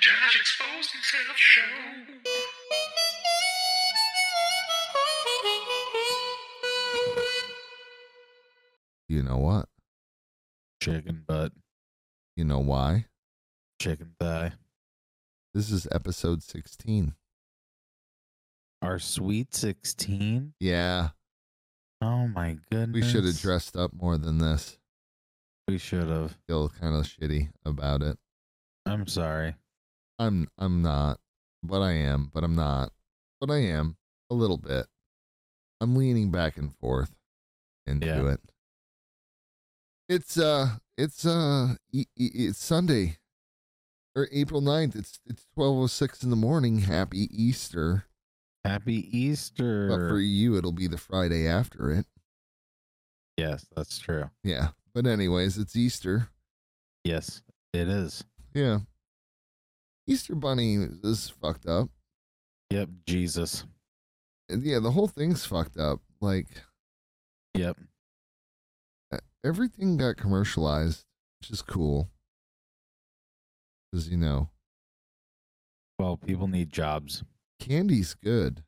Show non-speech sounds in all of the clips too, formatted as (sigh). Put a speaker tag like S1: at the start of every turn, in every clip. S1: Josh exposed himself show.
S2: You know what?
S3: Chicken butt,
S2: You know why?
S3: chicken thigh.
S2: This is episode 16.
S3: Our sweet 16.
S2: Yeah,
S3: Oh my
S2: we
S3: goodness.
S2: should have dressed up more than this.
S3: We should have.
S2: Feel kind of shitty about it.
S3: I'm sorry.
S2: I'm I'm not, but I am, but I'm not, but I am a little bit. I'm leaning back and forth into
S3: Yeah.
S2: it. It's uh it's uh e- e- it's Sunday or April 9th. It's it's 12:06 in the morning. Happy Easter.
S3: Happy Easter.
S2: But for E- you it'll be the Friday after it.
S3: yes, that's true.
S2: Yeah. But anyways, it's Easter.
S3: Yes, it is.
S2: Yeah. Easter bunny is fucked up.
S3: Yep, Jesus.
S2: And yeah, the whole thing's fucked up. Like
S3: Yep.
S2: everything got commercialized, which is cool. Because, you know,
S3: Well, people need jobs.
S2: candy's good.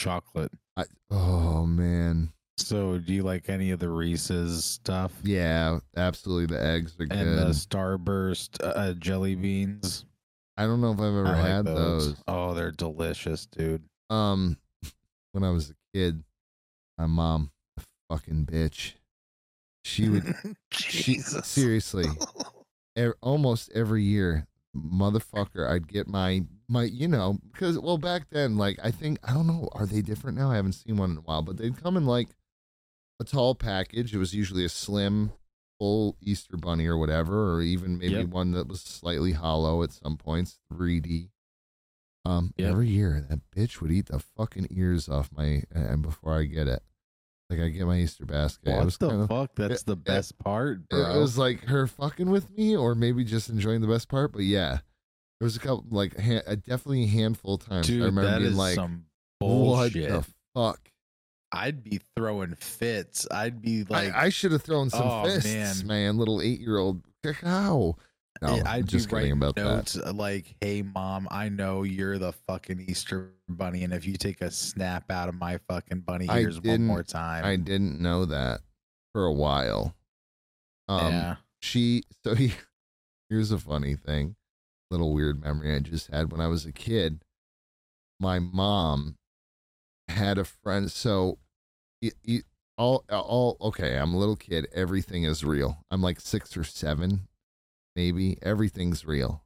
S3: Chocolate.
S2: I, oh, man.
S3: So, do you like any of the Reese's stuff?
S2: Yeah, absolutely. The eggs are
S3: And the
S2: good.
S3: Starburst uh, jelly beans.
S2: I don't know if I've ever
S3: I like
S2: had those.
S3: Oh, they're delicious, dude.
S2: Um, (laughs) When I was a kid, my mom, a fucking bitch, she
S3: (laughs)
S2: would, she, seriously, e- almost every year motherfucker i'd get my my you know because well back then like i think i don't know are they different now i haven't seen one in a while but they'd come in like a tall package it was usually a slim full easter bunny or whatever or even maybe
S3: Yep.
S2: one that was slightly hollow at some points 3d um
S3: Yep.
S2: every year that bitch would eat the fucking ears off my and before i get it like i get my easter basket it was
S3: What the
S2: kind of
S3: fuck? That's the best part, bro.
S2: it was like her fucking with me, or maybe just enjoying the best part. But yeah, there was a couple, like ha- uh, definitely a handful of times
S3: Dude,
S2: I remember
S3: that
S2: being
S3: is
S2: like,
S3: some
S2: "What
S3: bullshit.
S2: the fuck?"
S3: I'd be throwing fits. I'd be like, eh,
S2: I, I should have thrown some
S3: oh,
S2: fists, man.
S3: man.
S2: little eight year old, how? No,
S3: I'd
S2: I'm
S3: be
S2: just kidding
S3: writing
S2: about that.
S3: notes uh, like, "Hey, mom, I know you're the fucking Easter bunny, and if you take a snap out of my fucking bunny
S2: I
S3: ears one
S2: didn't-
S3: more time,
S2: I didn't know that for a while. Um,
S3: yeah,
S2: she (laughs) so he here's a funny thing little weird memory i just had when i was a kid my mom had a friend so it, it, all all okay i'm a little kid everything is real i'm like six or seven maybe everything's real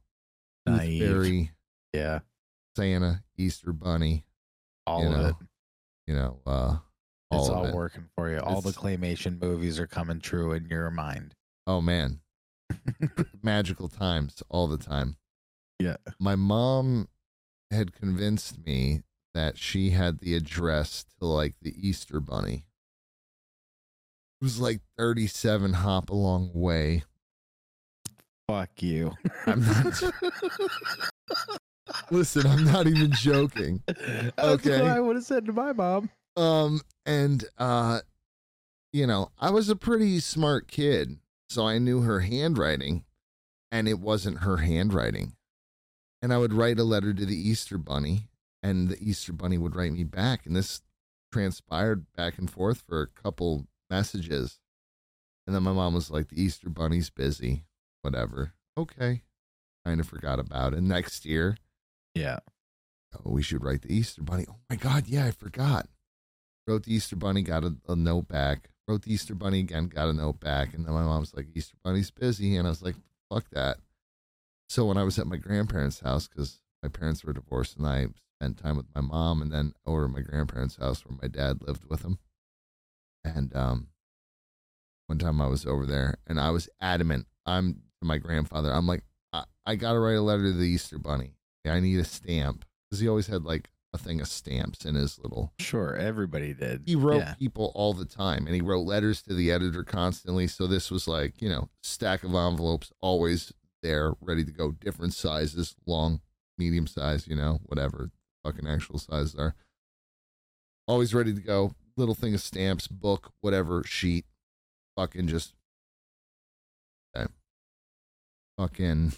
S2: Tooth
S3: Naive.
S2: fairy
S3: yeah,
S2: santa easter bunny
S3: all
S2: you
S3: of
S2: know,
S3: it.
S2: you know uh all
S3: it's
S2: of
S3: all
S2: it.
S3: working for you. all the
S2: It's-
S3: claymation movies are coming true in your mind.
S2: oh man magical times all the time
S3: yeah,
S2: my mom had convinced me that she had the address to like the Easter Bunny. It was like 37 hop along way.
S3: fuck you.
S2: I'm
S3: (laughs)
S2: not- Listen, I'm not even joking.
S3: That's
S2: Okay.
S3: what I would have said to my mom.
S2: Um, and uh, you know, I was a pretty smart kid, so I knew her handwriting, and it wasn't her handwriting. And I would write a letter to the Easter Bunny, and the Easter Bunny would write me back, and this transpired back and forth for a couple messages. And then my mom was like, "The Easter Bunny's busy, whatever." Okay, kind of forgot about it. Next year,
S3: Yeah,
S2: oh, we should write the Easter Bunny. Oh my God, yeah, I forgot. Wrote the Easter Bunny, got a, a note back. Wrote the Easter Bunny again, got a note back. And then my mom's like, Easter Bunny's busy. And I was like, fuck that. So when I was at my grandparents' house, because my parents were divorced and I spent time with my mom and then over at my grandparents' house where my dad lived with him. And um, one time I was over there and I was adamant. I'm to my grandfather. I'm like, I, I got to write a letter to the Easter Bunny. I need a stamp because he always had like a thing of stamps in his little.
S3: sure. Everybody did.
S2: He wrote (laughs)
S3: Yeah.
S2: people all the time, and he wrote letters to the editor constantly. So this was like you know stack of envelopes always there, ready to go, different sizes, long, medium size, you know, whatever fucking actual sizes are. Always ready to go. Little thing of stamps, book, whatever sheet, fucking just. Okay. fucking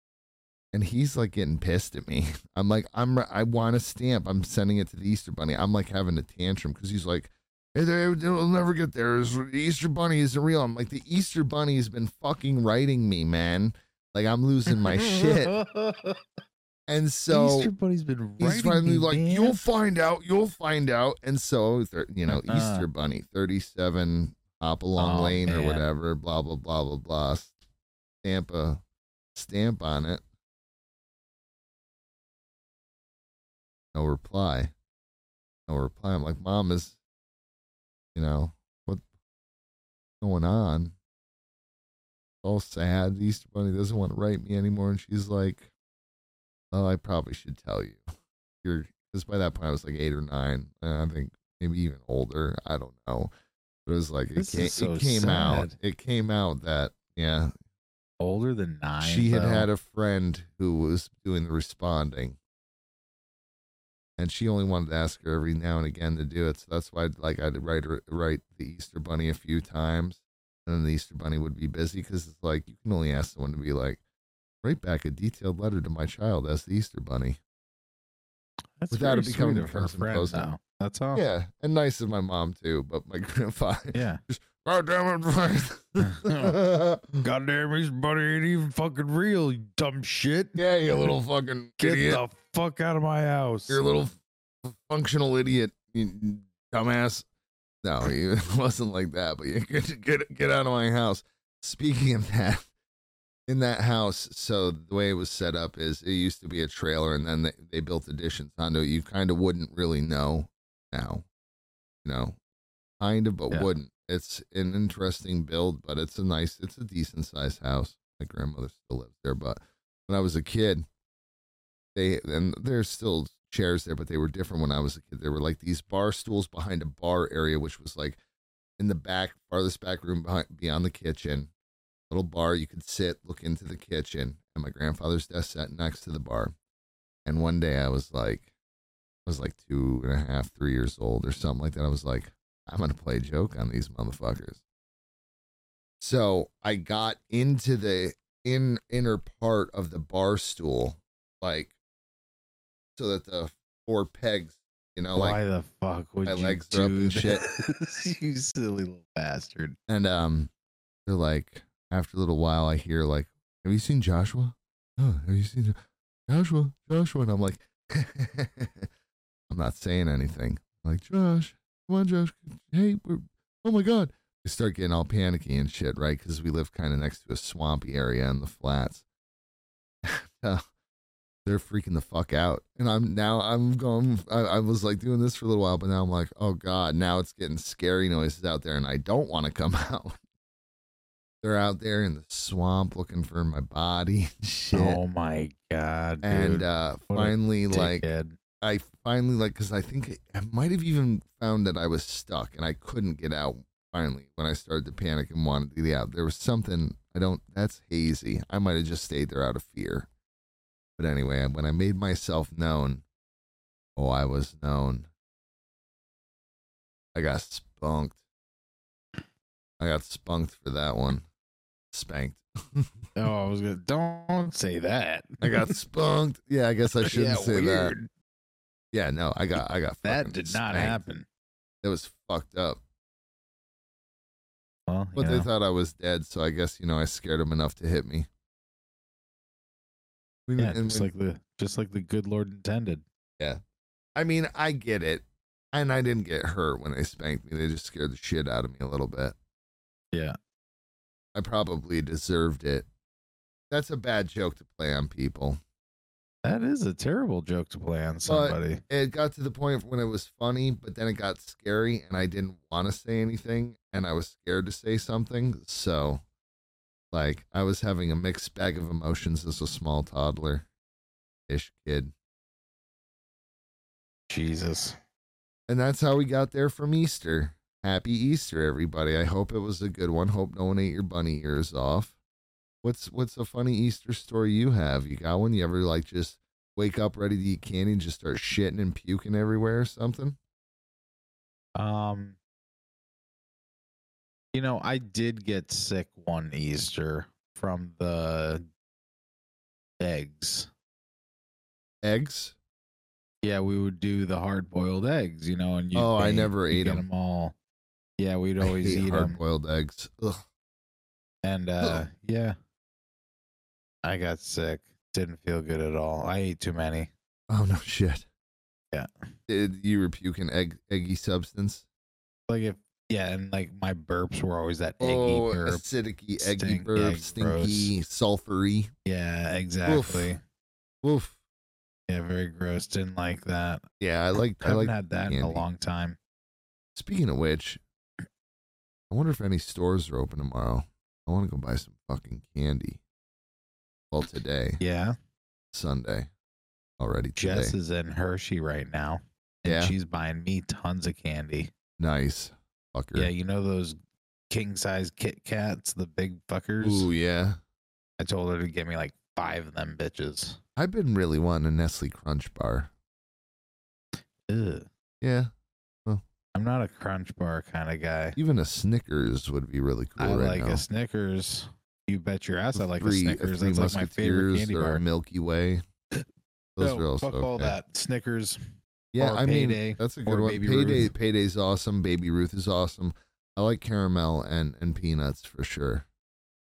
S2: (laughs) and he's like getting pissed at me. (laughs) I'm like, I'm I want a stamp. I'm sending it to the Easter Bunny. I'm like having a tantrum because he's like, "Hey, they- they'll never get there. It's- The Easter Bunny isn't real. I'm like, the Easter Bunny has been fucking writing me, man. Like I'm losing my
S3: (laughs)
S2: shit. And so
S3: Easter Bunny's been
S2: he's
S3: writing
S2: finally
S3: me,
S2: like,
S3: man.
S2: "You'll find out. You'll find out." And so, thir- you know,
S3: Uh-uh.
S2: Easter Bunny, thirty-seven, hop along
S3: Oh,
S2: lane or
S3: man.
S2: whatever. Blah blah blah blah blah. Stamp a stamp on it. No reply. No reply. I'm like, "Mom is, you know, what's going on?" All sad. The Easter Bunny doesn't want to write me anymore, and she's like. Oh, I probably should tell you. You're because by that point I was like eight or nine. And I think maybe even older. I don't know. But it was like it,
S3: This
S2: came,
S3: is so
S2: it came out.
S3: sad.
S2: It came out that yeah,
S3: older than nine.
S2: she had
S3: bro.
S2: had a friend who was doing the responding, and she only wanted to ask her every now and again to do it. So that's why like I'd write her write the Easter Bunny a few times, and then the Easter Bunny would be busy because it's like you can only ask someone to be like. Write back a detailed letter to my child as the Easter Bunny.
S3: That's
S2: without
S3: very
S2: it becoming
S3: sweet
S2: a
S3: of her
S2: person
S3: friend,
S2: close to-
S3: though. That's all.
S2: Yeah, and nice of my mom too, but my (laughs) grandpa.
S3: (laughs) Yeah.
S2: God damn it!
S3: Goddamn, his buddy ain't even fucking real, you dumb shit.
S2: (laughs) yeah, you little fucking
S3: Get
S2: idiot.
S3: the fuck out of my house.
S2: You're a little f- functional idiot, you dumbass. No, (laughs) he- it wasn't like that. But you get (laughs) get get out of my house. Speaking of that, in that house, so the way it was set up is it used to be a trailer, and then they, they built additions onto it. You kind of wouldn't really know now, you know, kind of, but
S3: Yeah.
S2: wouldn't. It's an interesting build, but it's a nice, it's a decent sized house. My grandmother still lives there, but when I was a kid, they and there's still chairs there, but they were different when I was a kid. There were like these bar stools behind a bar area, which was like in the back, farthest back room behind, beyond the kitchen. Little bar, you could sit, look into the kitchen, and my grandfather's desk sat next to the bar. And one day I was like, I was like two and a half, three years old or something like that. I was like, I'm gonna play a joke on these motherfuckers. So I got into the in inner part of the bar stool, like so that the four pegs, you know, like
S3: Why the fuck would
S2: my
S3: you
S2: legs are
S3: do
S2: up and shit.
S3: this? (laughs) you silly little bastard.
S2: And um, they're like, after a little while, I hear like, "Have you seen Joshua? Oh, have you seen Jo- Joshua? Joshua?" And I'm like, (laughs) I'm not saying anything. I'm like, Josh, come on, Josh. Hey, we're, oh my god. I start getting all panicky and shit, right? Because we live kind of next to a swampy area in the flats. (laughs) Uh, they're freaking the fuck out, and I'm now I'm going. I, I was like doing this for a little while, but now I'm like, oh god, now it's getting scary noises out there, and I don't want to come (laughs) out. They're out there in the swamp looking for my body and shit,
S3: Oh my god, dude.
S2: and uh,
S3: What a
S2: finally, like
S3: Dickhead.
S2: I finally like because I think I might have even found that I was stuck and I couldn't get out. Finally, when I started to panic and wanted to get out, there was something I don't. That's hazy. I might have just stayed there out of fear. But anyway, when I made myself known, oh, I was known. I got spunked. I got spunked for that one. Spanked. (laughs)
S3: oh, I was gonna. Don't say that.
S2: I got spunked. Yeah, I guess I shouldn't
S3: (laughs) yeah,
S2: say that.
S3: weird.
S2: Yeah, no, I got, I got.
S3: That
S2: fucking
S3: did not
S2: spanked.
S3: happen.
S2: That was fucked up.
S3: Well,
S2: But
S3: you
S2: they
S3: know.
S2: thought I was dead, so I guess you know I scared them enough to hit me. We
S3: yeah,
S2: didn't- and
S3: just
S2: we-
S3: like the just like the good Lord intended.
S2: I mean, I get it, and I didn't get hurt when they spanked me. They just scared the shit out of me a little bit.
S3: Yeah.
S2: I probably deserved it. That's a bad joke to play on people.
S3: That is a terrible joke to play on somebody.
S2: It got to the point when it was funny, but then it got scary, and I didn't want to say anything, and I was scared to say something. So, like, I was having a mixed bag of emotions as a small toddler ish kid.
S3: Jesus.
S2: And that's how we got there from Easter. Happy Easter, everybody. I hope it was a good one. Hope no one ate your bunny ears off. What's what's a funny Easter story you have? You got one? You ever like just wake up ready to eat candy and just start shitting and puking everywhere or something?
S3: Um, you know, I did get sick one Easter from the eggs.
S2: Eggs?
S3: Yeah, we would do the hard boiled eggs, you know, and you.
S2: Oh, I never ate 'em.
S3: them all. Yeah,
S2: (laughs)
S3: we'd
S2: I
S3: always
S2: hate
S3: eat them,
S2: hard-boiled eggs. Ugh.
S3: and uh, yeah, I got sick. Didn't feel good at all. I ate too many.
S2: Oh no shit.
S3: Yeah.
S2: Did you were puking egg eggy substance?
S3: Like if yeah, and like my burps were always that eggy
S2: oh,
S3: burp.
S2: acidic, eggy
S3: Stink,
S2: burp,
S3: egg,
S2: stinky, sulfury.
S3: Yeah, exactly.
S2: Woof.
S3: Yeah, very gross. Didn't like that.
S2: Yeah, I like I
S3: I haven't
S2: like
S3: had that in a
S2: candy.
S3: long time.
S2: Speaking of which, I wonder if any stores are open tomorrow. I want to go buy some fucking candy. Well, today,
S3: Yeah.
S2: Sunday, already today.
S3: Jess is in Hershey right now. And
S2: Yeah.
S3: she's buying me tons of candy.
S2: nice, fucker.
S3: Yeah, you know those king size Kit Kats, the big fuckers?
S2: Ooh, yeah.
S3: I told her to get me like five of them bitches.
S2: I've been really wanting a Nestle Crunch bar.
S3: Ugh.
S2: Yeah,
S3: I'm not a crunch bar kind of guy.
S2: even a Snickers would be really cool
S3: I
S2: right
S3: like
S2: now.
S3: a Snickers. You bet your ass I like
S2: Three-
S3: a Snickers.
S2: Three
S3: That's like my favorite
S2: Musketeers
S3: candy
S2: or a
S3: bar.
S2: Milky
S3: (coughs)
S2: Way. Those
S3: no,
S2: are also
S3: fuck all
S2: okay.
S3: that. Snickers.
S2: Yeah,
S3: or
S2: I
S3: Payday,
S2: mean that's a
S3: or
S2: good one.
S3: Baby
S2: payday,
S3: Ruth.
S2: payday's awesome. Baby Ruth is awesome. I like caramel and and peanuts for sure.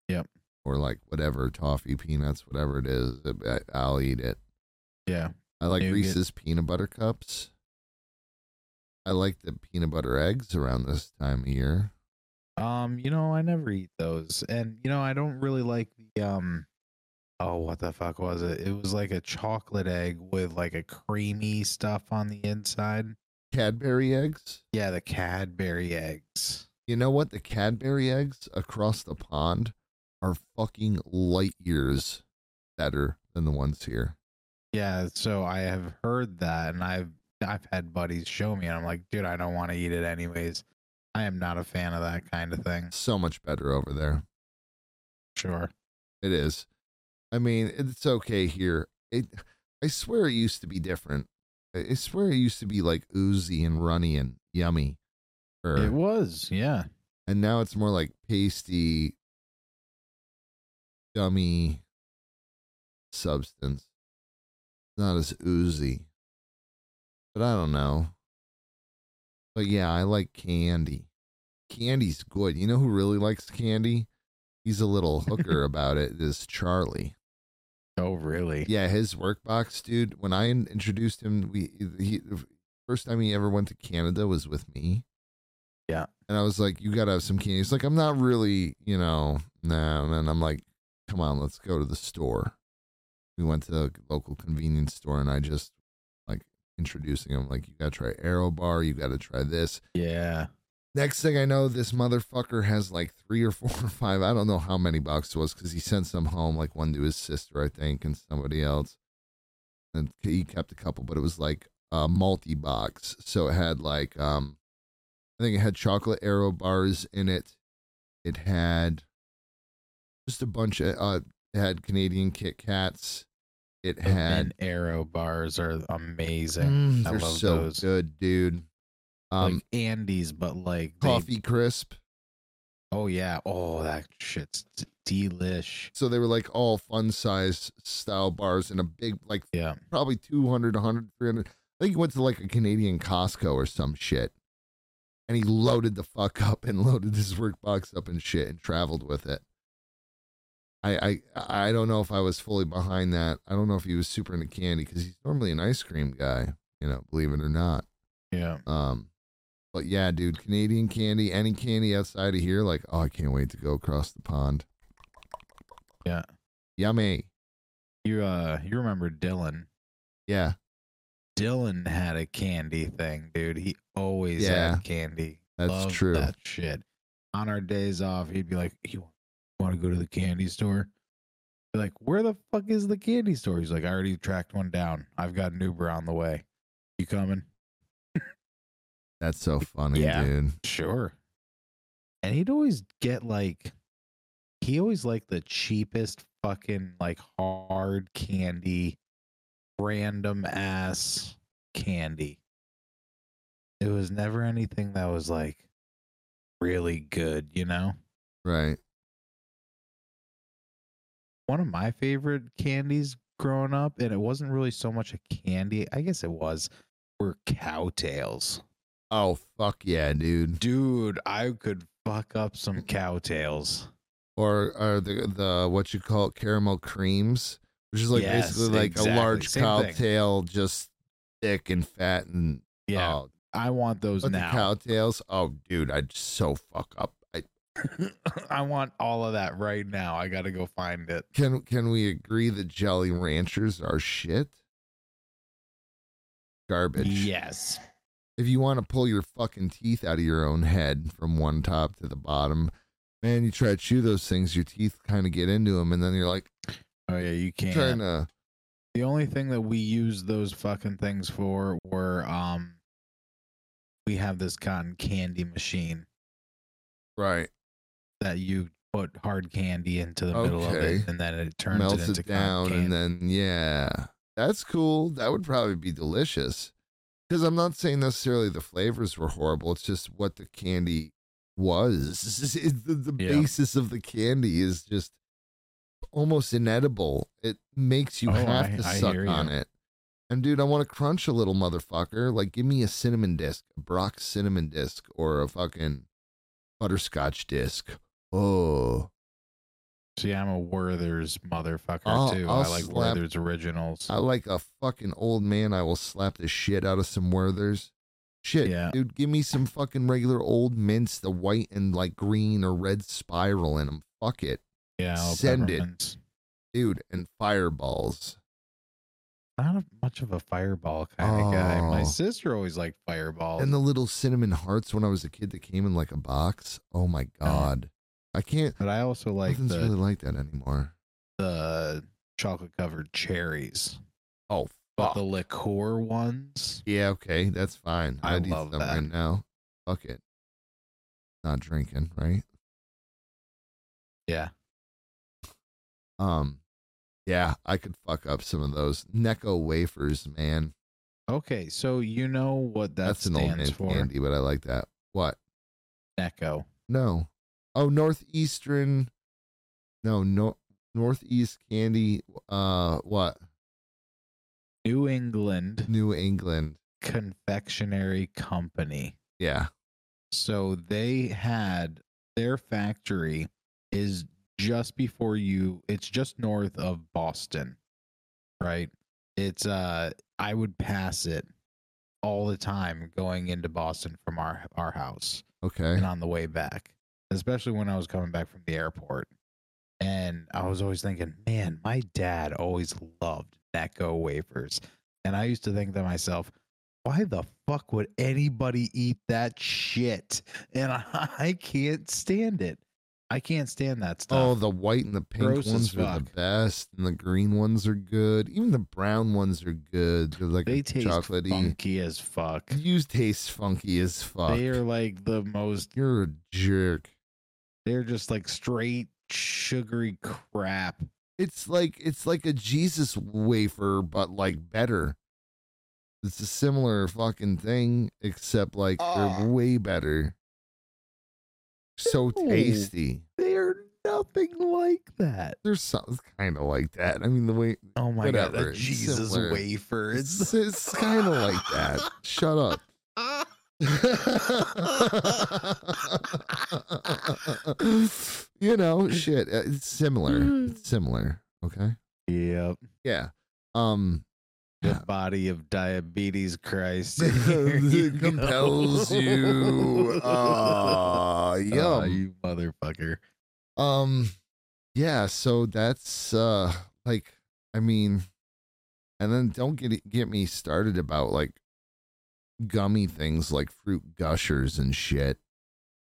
S3: Yep.
S2: Or like whatever toffee, peanuts, whatever it is, uh, I, I'll eat it.
S3: Yeah.
S2: I like
S3: Nougat.
S2: Reese's peanut butter cups. I like the peanut butter eggs around this time of year.
S3: Um, you know, I never eat those. And you know, I don't really like the um oh what the fuck was it? It was like a chocolate egg with like a creamy stuff on the inside.
S2: Cadbury eggs.
S3: Yeah, the Cadbury eggs.
S2: You know what? The Cadbury eggs across the pond are fucking light years better than the ones here.
S3: Yeah, so I have heard that and I've I've had buddies show me and I'm like, dude, I don't want to eat it anyways. I am not a fan of that kind of thing.
S2: So much better over there.
S3: Sure.
S2: It is. I mean, it's okay here. It, I swear it used to be different. I I swear it used to be like oozy and runny and yummy, Er, or,
S3: It was, yeah.
S2: and now it's more like pasty, gummy substance. Not as oozy, but I don't know. But yeah, I like candy. Candy's good. You know who really likes candy? He's a little hooker about it. Is Charlie?
S3: Oh really?
S2: Yeah, his work box, dude. When I in- introduced him, we he the first time he ever went to Canada was with me.
S3: Yeah.
S2: and I was like, "You gotta have some candy." He's like, "I'm not really, you know, nah." And I'm like, "Come on, let's go to the store." We went to the local convenience store, and I just like introducing him, like, "You gotta try Arrow Bar. You gotta try this."
S3: Yeah.
S2: Next thing I know, this motherfucker has like three or (laughs) four or five. I don't know how many boxes it was because he sent some home, like one to his sister, I think, and somebody else. And he kept a couple, but it was like a multi box. So it had like, um, I think it had chocolate arrow bars in it. It had just a bunch of, uh, it had Canadian Kit Kats. It
S3: The
S2: had,
S3: and arrow bars are amazing.
S2: Mm,
S3: I
S2: they're
S3: love
S2: so
S3: those.
S2: good, dude. Um,
S3: like Andes, but like they-
S2: coffee crisp.
S3: Oh yeah. Oh, that shit's d- delish.
S2: So they were like all fun size style bars in a big, like
S3: Yeah.
S2: probably 200, 100, 300. I think he went to like a Canadian Costco or some shit. And he loaded the fuck up and (laughs) loaded his work box up and shit and traveled with it. I, I I don't know if I was fully behind that. I don't know if he was super into candy because he's normally an ice cream guy, you know, believe it or not.
S3: Yeah.
S2: Um, but yeah, dude, Canadian candy, any candy outside of here, like, oh, I can't wait to go across the pond.
S3: Yeah.
S2: Yummy.
S3: You uh you remember Dylan.
S2: Yeah.
S3: Dylan had a candy thing, dude. He always
S2: Yeah.
S3: had candy.
S2: That's
S3: Loved
S2: true.
S3: That shit. On our days off, he'd be like, You want to go to the candy store? Be like, where the fuck is the candy store? He's like, I already tracked one down. I've got an Uber on the way. You coming?
S2: That's so funny,
S3: Yeah.
S2: dude.
S3: Sure. And he'd always get like he always liked the cheapest fucking like hard candy, random ass candy. It was never anything that was like really good, you know?
S2: Right.
S3: one of my favorite candies growing up, and it wasn't really so much a candy. I guess it was. Were cowtails,
S2: Oh fuck yeah, dude!
S3: dude. I could fuck up some cowtails.
S2: Or or the the what you call it, caramel creams, which is like
S3: Yes,
S2: basically like
S3: exactly.
S2: a large
S3: Same
S2: cow
S3: thing.
S2: tail, just thick and fat and
S3: Yeah,
S2: oh,
S3: I want those
S2: but the (laughs)
S3: now. (laughs)
S2: cow tails. Oh dude, I'd so fuck up. I,
S3: I want all of that right now. I got to go find it.
S2: can can we agree that Jolly Ranchers are shit? Garbage.
S3: Yes.
S2: if you want to pull your fucking teeth out of your own head from one top to the bottom, man, you try to chew those things, your teeth kind of get into them, and then you're like
S3: Oh yeah, you can't.
S2: trying to.
S3: The only thing that we used those fucking things for were um we have this cotton candy machine
S2: Right.
S3: that you put hard candy into the middle of
S2: Okay.
S3: it and then it turns
S2: melts
S3: it into
S2: it down, and
S3: cotton candy.
S2: then, yeah, that's cool. That would probably be delicious. Because I'm not saying necessarily the flavors were horrible, it's just what the candy was. (laughs) It's- it's the the
S3: Yeah.
S2: basis of the candy is just almost inedible. It makes you
S3: Oh,
S2: have
S3: I-
S2: to
S3: I
S2: suck
S3: hear
S2: on
S3: you.
S2: it. And dude, I want to crunch a little motherfucker. Like, give me a cinnamon disc, a Brock cinnamon disc, or a fucking butterscotch disc. Oh,
S3: See, I'm a Werther's motherfucker
S2: I'll-
S3: too.
S2: I'll
S3: I like
S2: slap-
S3: Werther's originals.
S2: I like a fucking old man. I will slap the shit out of some Werthers. Shit,
S3: Yeah.
S2: dude, give me some fucking regular old mints, the white and like green or red spiral in them. Fuck it,
S3: yeah, all
S2: send it.
S3: peppermints.
S2: dude, and fireballs.
S3: Not a, much of a fireball kind of guy. My
S2: Oh.
S3: sister always liked fireballs.
S2: And the little cinnamon hearts when I was a kid that came in like a box. Oh my god, I can't.
S3: but I also like
S2: nothing's
S3: the,
S2: really like that anymore.
S3: the chocolate covered cherries.
S2: Oh
S3: But
S2: fuck.
S3: the liqueur ones,
S2: yeah, okay, that's fine.
S3: I
S2: I'd eat
S3: love
S2: them
S3: that.
S2: right now. Fuck it. Not drinking, right?
S3: yeah.
S2: Um, yeah, I could fuck up some of those Necco wafers, man.
S3: Okay, so you know what that
S2: That's an old
S3: stands
S2: man
S3: for?
S2: candy, but I like that. What?
S3: Necco.
S2: No. Oh, northeastern. No, no northeast candy. Uh, what?
S3: New England
S2: New England.
S3: Confectionery Company.
S2: Yeah.
S3: So they had their factory is just before you it's just north of Boston. Right? It's uh I would pass it all the time going into Boston from our our house.
S2: Okay.
S3: and on the way back, especially when I was coming back from the airport. And I was always thinking, man, my dad always loved Necco wafers. And I used to think to myself, why the fuck would anybody eat that shit? And (laughs) I, can't stand it. I can't stand that
S2: Oh,
S3: stuff.
S2: the white and the pink
S3: Gross as
S2: ones are the
S3: fuck.
S2: best, and the green ones are good. Even the brown ones are good. They're like
S3: they
S2: a
S3: taste
S2: chocolatey.
S3: funky as fuck.
S2: You taste funky as fuck.
S3: They are like the most,
S2: You're a jerk.
S3: they're just like straight sugary crap.
S2: It's like it's like a Jesus wafer, but like better. It's a similar fucking thing, except like
S3: Ah.
S2: they're way better. So
S3: No.
S2: tasty.
S3: They're nothing like that.
S2: There's something kind of like that. I mean, the way
S3: Oh my god,
S2: Whatever,
S3: the
S2: it's
S3: Jesus
S2: similar.
S3: wafer.
S2: it's (laughs)
S3: It's
S2: it's kind of like that. Shut up. (laughs) you know, shit. Uh, It's
S3: Hmm.
S2: similar. It's similar. Okay.
S3: yep.
S2: Yeah.
S3: (laughs)
S2: Um.
S3: The body of diabetes
S2: (laughs)
S3: Christ Here you
S2: it
S3: go.
S2: compels
S3: (laughs)
S2: you. Ah,
S3: Oh,
S2: yum.
S3: you motherfucker.
S2: Um, yeah. So that's uh, like, I mean, and then don't get it- get me started about like gummy things like fruit gushers and shit.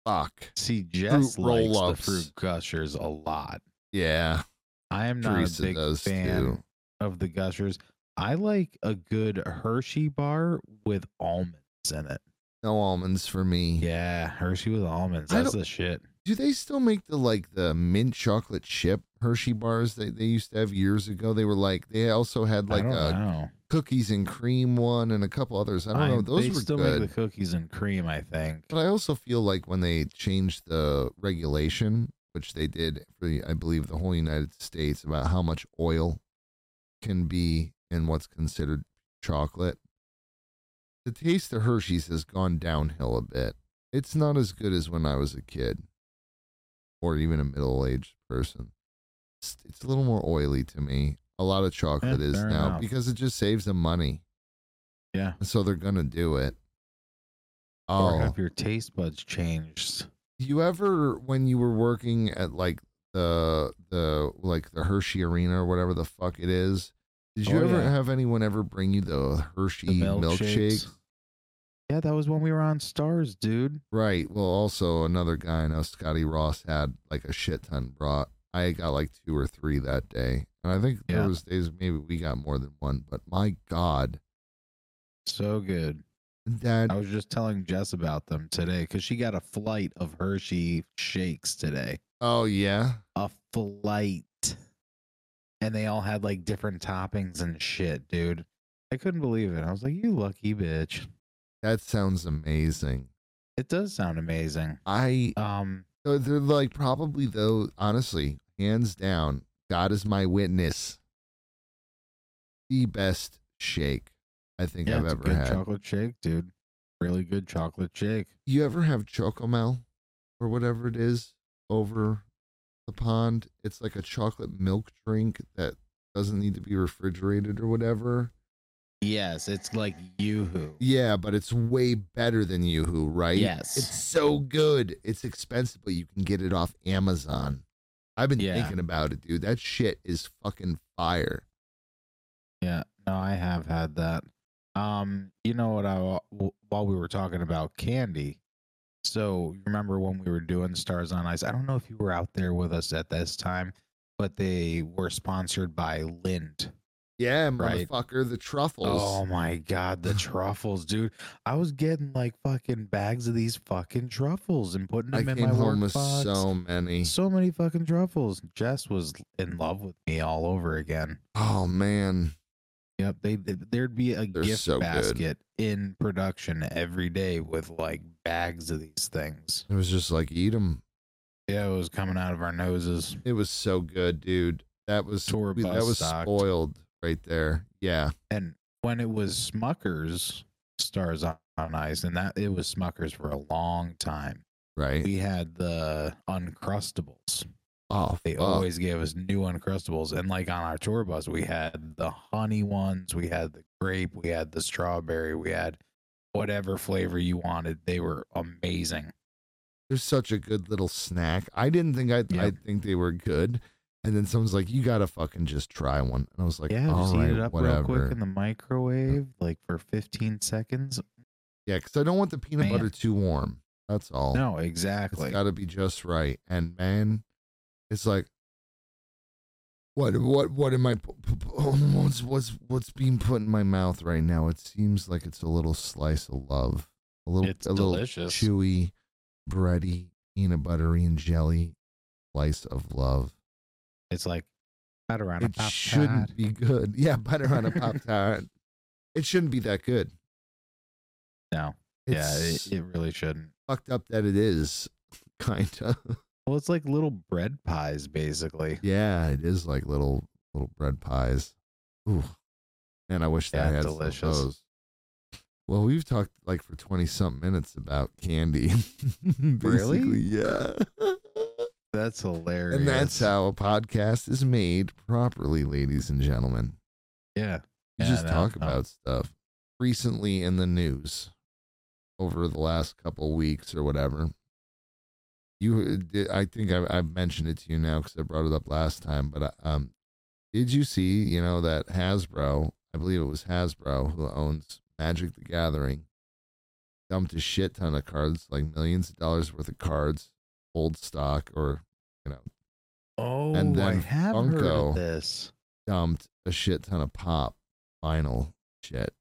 S2: Fuck.
S3: See, Jess
S2: Fruit
S3: likes the
S2: roll-ups.
S3: fruit gushers a lot.
S2: Yeah.
S3: I am not
S2: Teresa
S3: a big
S2: does
S3: fan
S2: too.
S3: of the gushers. I like a good Hershey bar with almonds in it.
S2: No almonds for me.
S3: Yeah, Hershey with almonds.
S2: Mm. I
S3: That's
S2: don't-
S3: the shit.
S2: Do they still make the like the mint chocolate chip Hershey bars that they used to have years ago? They were like they also had
S3: I
S2: like
S3: don't
S2: a
S3: know.
S2: cookies and cream one and a couple others. I don't know. Those
S3: they
S2: were
S3: still
S2: good.
S3: make the cookies and cream, I think.
S2: But I also feel like when they changed the regulation which they did for, the- I believe, the whole United States about how much oil can be in what's considered chocolate. The taste of Hershey's has gone downhill a bit. It's not as good as when I was a kid or even a middle aged person. It's, it's a little more oily to me. A lot of chocolate
S3: Yeah,
S2: is
S3: fair
S2: now
S3: enough.
S2: because it just saves them money.
S3: Yeah.
S2: And so they're going to do it.
S3: Or
S2: Oh,
S3: have your taste buds changed?
S2: you ever when you were working at like the the like the Hershey Arena or whatever the fuck it is? Did you
S3: Oh,
S2: ever
S3: yeah.
S2: have anyone ever bring you the Hershey
S3: The
S2: milkshakes?
S3: milkshakes. Yeah, that was when we were on Stars, dude.
S2: Right. Well, also another guy I know, Scotty Ross, had like a shit ton brought. I got like two or three that day, and I think there
S3: Yeah.
S2: was days maybe we got more than one. But my God,
S3: So good.
S2: that
S3: I was just telling Jess about them today because she got a flight of Hershey shakes today.
S2: oh yeah,
S3: A flight. And they all had like different toppings and shit, dude. I couldn't believe it. I was like, you lucky bitch.
S2: that sounds amazing.
S3: It does sound amazing.
S2: I
S3: Um,
S2: So they're like probably though, honestly, hands down, God is my witness. The best shake I think
S3: yeah,
S2: I've
S3: it's a
S2: ever
S3: good
S2: had.
S3: chocolate shake, dude. Really good chocolate shake.
S2: you ever have chocomel or whatever it is over the pond? It's like a chocolate milk drink that doesn't need to be refrigerated or whatever.
S3: Yes, it's like YooHoo.
S2: Yeah, but it's way better than YooHoo, right?
S3: Yes.
S2: It's so good. It's expensive, but you can get it off Amazon. I've been
S3: Yeah.
S2: thinking about it, dude. That shit is fucking fire.
S3: Yeah, no, I have had that. Um, you know what? I wa- while we were talking about candy, so you remember when we were doing Stars on Ice? I don't know if you were out there with us at this time, but they were sponsored by Lind.
S2: Yeah,
S3: Right.
S2: motherfucker, the truffles.
S3: Oh my god, the truffles, dude! I was getting like fucking bags of these fucking truffles and putting
S2: I
S3: them in
S2: came
S3: my
S2: home with
S3: workbox.
S2: so many.
S3: so many fucking truffles. Jess was in love with me all over again.
S2: Oh man.
S3: Yep, they, they there'd be a
S2: They're
S3: gift
S2: so good.
S3: basket in production every day with like bags of these things.
S2: It was just like eat them.
S3: Yeah, it was coming out of our noses.
S2: It was so good, dude. That was
S3: Tour
S2: we- that
S3: bus
S2: was
S3: stocked.
S2: spoiled right there. Yeah.
S3: And when it was Smuckers stars on, on ice, and that it was Smuckers for a long time.
S2: Right.
S3: We had the Uncrustables.
S2: Oh,
S3: They
S2: fuck.
S3: always gave us new Uncrustables, and like on our tour bus, we had the honey ones, we had the grape, we had the strawberry, we had whatever flavor you wanted. They were amazing.
S2: They're such a good little snack. I didn't think I I
S3: Yep.
S2: think they were good. And then someone's like, "You gotta fucking just try one." And I was like,
S3: yeah, just
S2: "All
S3: heat
S2: right,
S3: it up
S2: whatever."
S3: real quick in the microwave, like for 15 seconds.
S2: yeah, because I don't want the peanut
S3: Man.
S2: butter too warm. That's all.
S3: No,
S2: Oh, it's
S3: exactly.
S2: got to be just right. And man, it's like, what, what, what am I? pu- pu- pu- (laughs) What's, what's, what's being put in my mouth right now? It seems like it's a little slice of love, a little,
S3: It's
S2: a little
S3: delicious.
S2: chewy, bready, peanut buttery and jelly slice of love.
S3: It's like pat around a
S2: It
S3: pop
S2: shouldn't be good. Yeah, butter on a (laughs) pop tart. It shouldn't be that good.
S3: No, yeah,
S2: It's
S3: it, it really shouldn't.
S2: fucked up that it is, (laughs) kinda.
S3: Well, it's like little bread pies, basically.
S2: Yeah, it is like little little bread pies. Ooh, man, I wish that I
S3: Yeah,
S2: had some of
S3: delicious.
S2: those. Well, we've talked like for twenty something minutes about candy. (laughs) Basically, Yeah. (laughs)
S3: That's hilarious.
S2: and that's how a podcast is made properly, ladies and gentlemen.
S3: Yeah,
S2: You
S3: Yeah,
S2: just
S3: no,
S2: talk
S3: no.
S2: about stuff recently in the news over the last couple weeks or whatever. You, did- I think I've, I've mentioned it to you now because I brought it up last time. But um, did you see, you know, that Hasbro? I believe it was Hasbro who owns Magic the Gathering. Dumped a shit ton of cards, like millions of dollars worth of cards, old stock, or
S3: Oh,
S2: And
S3: I
S2: then
S3: have heard
S2: Funko.
S3: of this.
S2: dumped a shit ton of pop vinyl shit.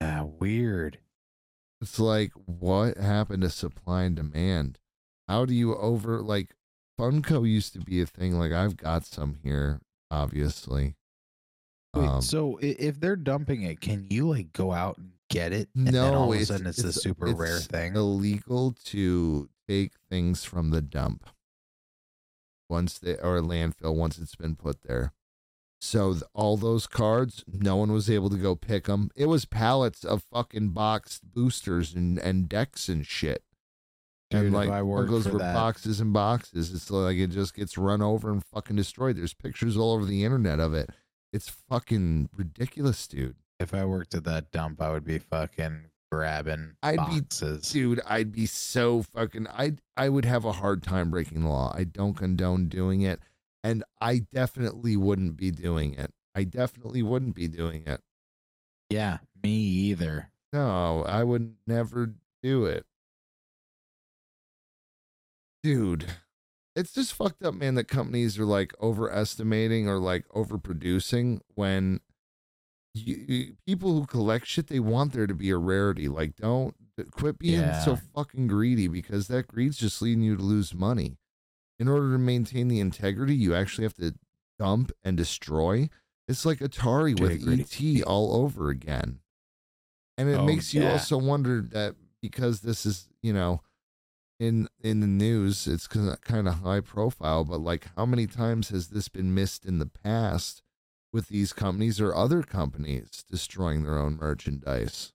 S3: Yeah, Ah, weird.
S2: It's like what happened to supply and demand? How do you over like Funko used to be a thing like I've got some here, obviously.
S3: Wait,
S2: Um,
S3: so i- if they're dumping it, can you like go out and get it? And then
S2: no,
S3: all of a
S2: it's,
S3: sudden it's, a
S2: it's-
S3: super rare
S2: it's
S3: thing.
S2: Illegal to take things from the dump once they or landfill once it's been put there. So th- all those cards, no one was able to go pick them. It was pallets of fucking boxed boosters and and decks and shit.
S3: Dude,
S2: and
S3: if
S2: like
S3: I worked
S2: those
S3: for
S2: were
S3: that-
S2: boxes and boxes. It's like it just gets run over and fucking destroyed. There's pictures all over the internet of it. It's fucking ridiculous, dude.
S3: If I worked at that dump, I would be fucking grabbing
S2: I'd be-
S3: boxes.
S2: Dude, I'd be so fucking I I would have a hard time breaking the law. I don't condone doing it and I definitely wouldn't be doing it. I definitely wouldn't be doing it.
S3: yeah, me either.
S2: No, I would never do it. Dude, it's just fucked up, man, that companies are like overestimating or like overproducing when you, you- people who collect shit, they want there to be a rarity. Like, don't quit being so
S3: Yeah.
S2: fucking greedy because that greed's just leading you to lose money. In order to maintain the integrity, you actually have to dump and destroy. It's like Atari
S3: Very
S2: with
S3: greedy.
S2: ET all over again. And it
S3: Oh,
S2: makes you
S3: yeah.
S2: also wonder that because this is, you know, in in the news, it's kind of high profile, but like how many times has this been missed in the past with these companies or other companies destroying their own merchandise?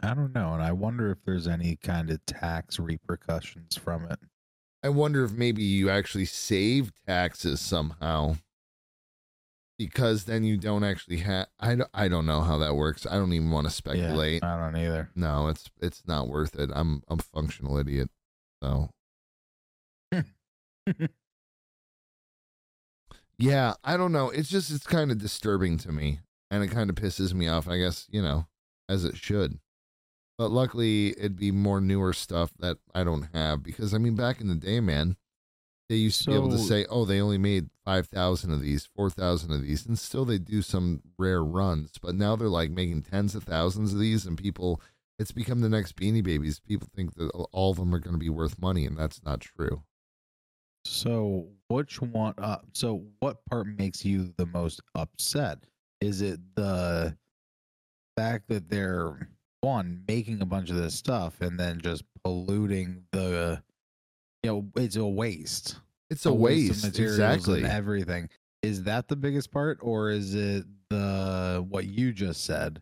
S3: I don't know, and I wonder if there's any kind of tax repercussions from it.
S2: I wonder if maybe you actually save taxes somehow because then you don't actually have I, don't- I don't know how that works. I don't even want to speculate.
S3: I don't either.
S2: No, it's it's not worth it. I'm I'm a functional idiot. So Yeah, I don't know. It's just it's kind of disturbing to me and it kind of pisses me off. I guess, you know, as it should. But luckily it'd be more newer stuff that I don't have because I mean back in the day, man, they used to be able to
S3: So-
S2: say, "Oh, they only made 5,000 of these, 4,000 of these." And still they do some rare runs, but now they're like making tens of thousands of these and people it's become the next beanie babies. People think that all of them are going to be worth money and that's not true.
S3: So, which one? Uh, so, what part makes you the most upset? Is it the fact that they're one making a bunch of this stuff and then just polluting the, you know, it's a waste.
S2: It's a,
S3: the
S2: waste.
S3: of materials and
S2: exactly.
S3: everything. Is that the biggest part, or is it the what you just said?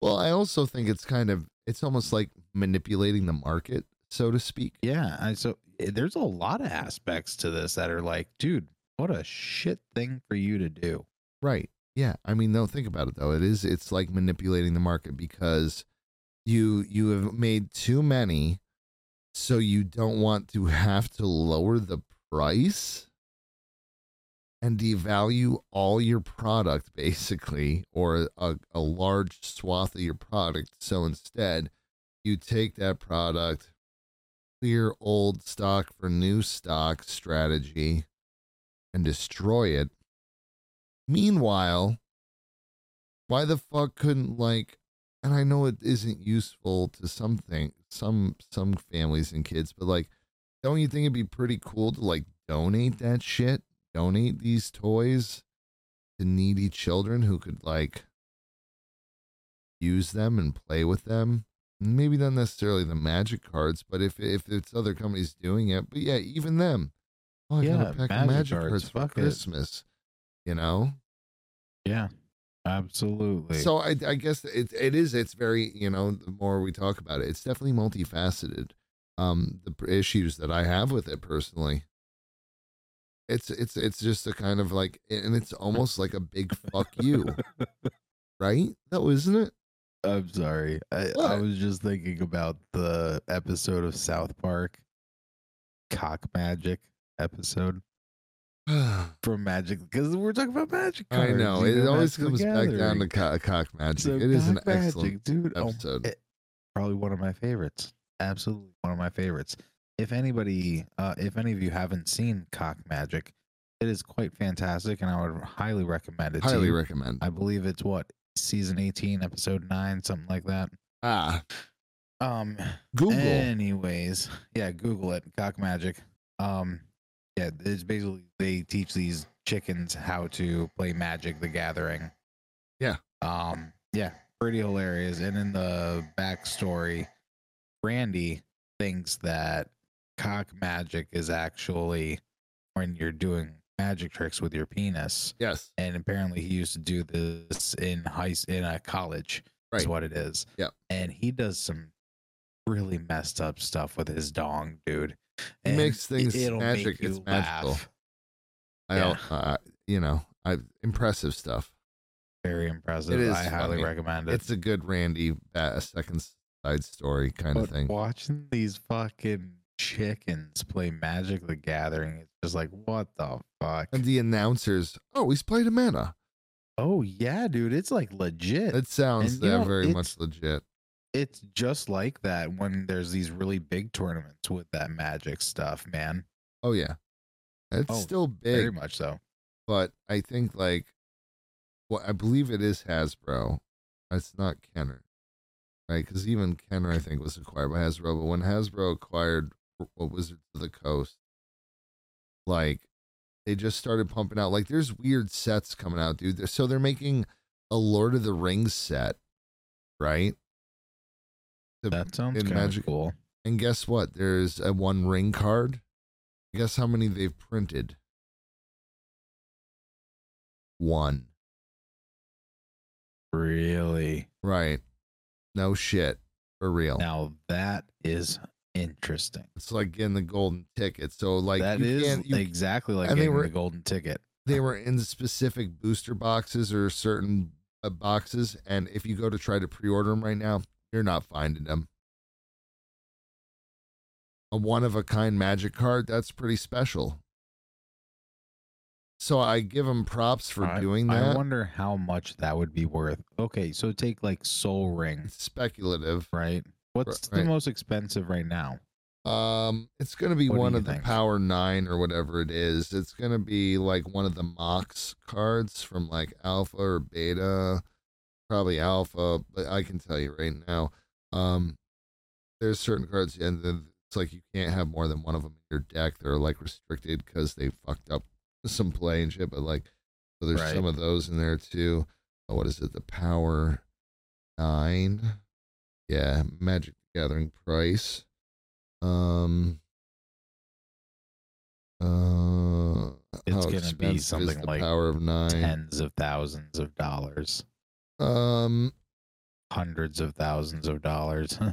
S2: Well, I also think it's kind of it's almost like manipulating the market, so to speak.
S3: Yeah, I so eh, there's a lot of aspects to this that are like, dude, what a shit thing for you to do.
S2: Right. Yeah. I mean, no, think about it though. It is it's like manipulating the market because you you have made too many so you don't want to (laughs) have to lower the price and devalue all your product basically or a, a large swath of your product so instead you take that product clear old stock for new stock strategy and destroy it Meanwhile, why the fuck couldn't like and I know it isn't useful to something some some families and kids, but like don't you think it'd be pretty cool to like donate that shit? Donate these toys to needy children who could like use them and play with them? Maybe not necessarily the magic cards, but if if it's other companies doing it, but yeah, even them. Oh, I got
S3: Yeah,
S2: a pack of
S3: magic
S2: magic cards,
S3: cards,
S2: for
S3: fuck it.
S2: Christmas. You know?
S3: Yeah, absolutely.
S2: So I, I guess it, it is. It's very you know. The more we talk about it, it's definitely multifaceted. Um, the pr- issues that I have with it personally. It's it's it's just a kind of like, and it's almost like a
S3: (laughs)
S2: big fuck you, right? Though, isn't
S3: (sighs)
S2: it?
S3: I'm sorry. I, I
S2: What?
S3: was just thinking about the episode of South Park, cock magic episode from Magic, because we're talking about magic.
S2: I
S3: Cards,
S2: know
S3: you
S2: it always
S3: Magic the
S2: comes back down to
S3: Gathering.
S2: co- cock magic.
S3: So
S2: it is an
S3: cock magic,
S2: excellent.
S3: dude. oh,
S2: episode.
S3: it- probably one of my favorites. Absolutely one of my favorites. If anybody, uh, if any of you haven't seen Cock Magic, it is quite fantastic, and I would highly recommend it. to
S2: Highly
S3: you.
S2: recommend.
S3: I believe it's what season eighteen, episode nine, something like that.
S2: ah,
S3: Um,
S2: Google.
S3: Anyways, yeah, Google it. Cock magic. Um, yeah, it's basically they teach these chickens how to play Magic the Gathering.
S2: Yeah.
S3: Um, yeah, pretty hilarious. And in the backstory, Randy thinks that cock magic is actually when you're doing magic tricks with your penis.
S2: Yes.
S3: And apparently, he used to do this in high s- in a college. Is
S2: Right.
S3: what it is.
S2: Yep.
S3: And he does some really messed up stuff with his dong, dude.
S2: He
S3: And
S2: makes things
S3: it'll make
S2: magic. It's
S3: you
S2: magical.
S3: laugh.
S2: I
S3: Yeah.
S2: uh, you know, I impressive stuff.
S3: Very impressive.
S2: is
S3: I highly
S2: funny.
S3: recommend it.
S2: It's a good Randy uh, a second side story kind of
S3: But
S2: thing.
S3: Watching these fucking chickens play Magic the Gathering, it's just like, what the fuck?
S2: And the announcers, oh, he's played a mana.
S3: oh yeah, dude, it's like legit.
S2: It
S3: It's
S2: sounds
S3: And, you
S2: uh,
S3: know,
S2: very
S3: it's-
S2: much legit.
S3: it's just like that when there's these really big tournaments with that Magic stuff, man.
S2: Oh yeah, it's
S3: Oh,
S2: still
S3: Very
S2: big,
S3: much so.
S2: but I think like, what I believe it is Hasbro. It's not Kenner, right? Because even Kenner, I think, was acquired by Hasbro. But when Hasbro acquired what Wizards of the Coast, like they just started pumping out like there's weird sets coming out, dude. They're, so they're making a Lord of the Rings set, right? The-
S3: That sounds
S2: in
S3: kind
S2: Magic-
S3: of cool.
S2: and guess what? There's a one ring card. Guess how many they've printed? One.
S3: Really?
S2: Right. No shit. For real.
S3: Now that is interesting.
S2: It's like getting the golden ticket. So like
S3: that
S2: you
S3: is
S2: can't- you-
S3: exactly like
S2: and they
S3: getting
S2: were-
S3: the golden ticket.
S2: they were in specific booster boxes or certain uh, boxes, and if you go to try to pre-order them right now, you're not finding them. A one-of-a-kind magic card that's pretty special. So I give them props for
S3: I-
S2: doing
S3: I
S2: that.
S3: wonder how much that would be worth. Okay, so take like Soul Ring,
S2: it's speculative.
S3: right? What's
S2: right.
S3: the most expensive right now?
S2: Um, it's going to be
S3: What do
S2: one
S3: you
S2: of the
S3: think?
S2: Power Nine or whatever it is. It's going to be like one of the Mox cards from like Alpha or Beta, probably Alpha, but I can tell you right now. Um, there's certain cards, and then it's like you can't have more than one of them in your deck. They're like restricted because they fucked up some play and shit, but like, so there's
S3: Right.
S2: some of those in there too. Oh, what is it? The Power Nine. Yeah, Magic the Gathering price. Um. Uh,
S3: It's
S2: how
S3: gonna be
S2: expensive is
S3: something
S2: the
S3: like
S2: Power of Nine.
S3: Tens of thousands of dollars,
S2: Um.
S3: hundreds of thousands of dollars. (laughs)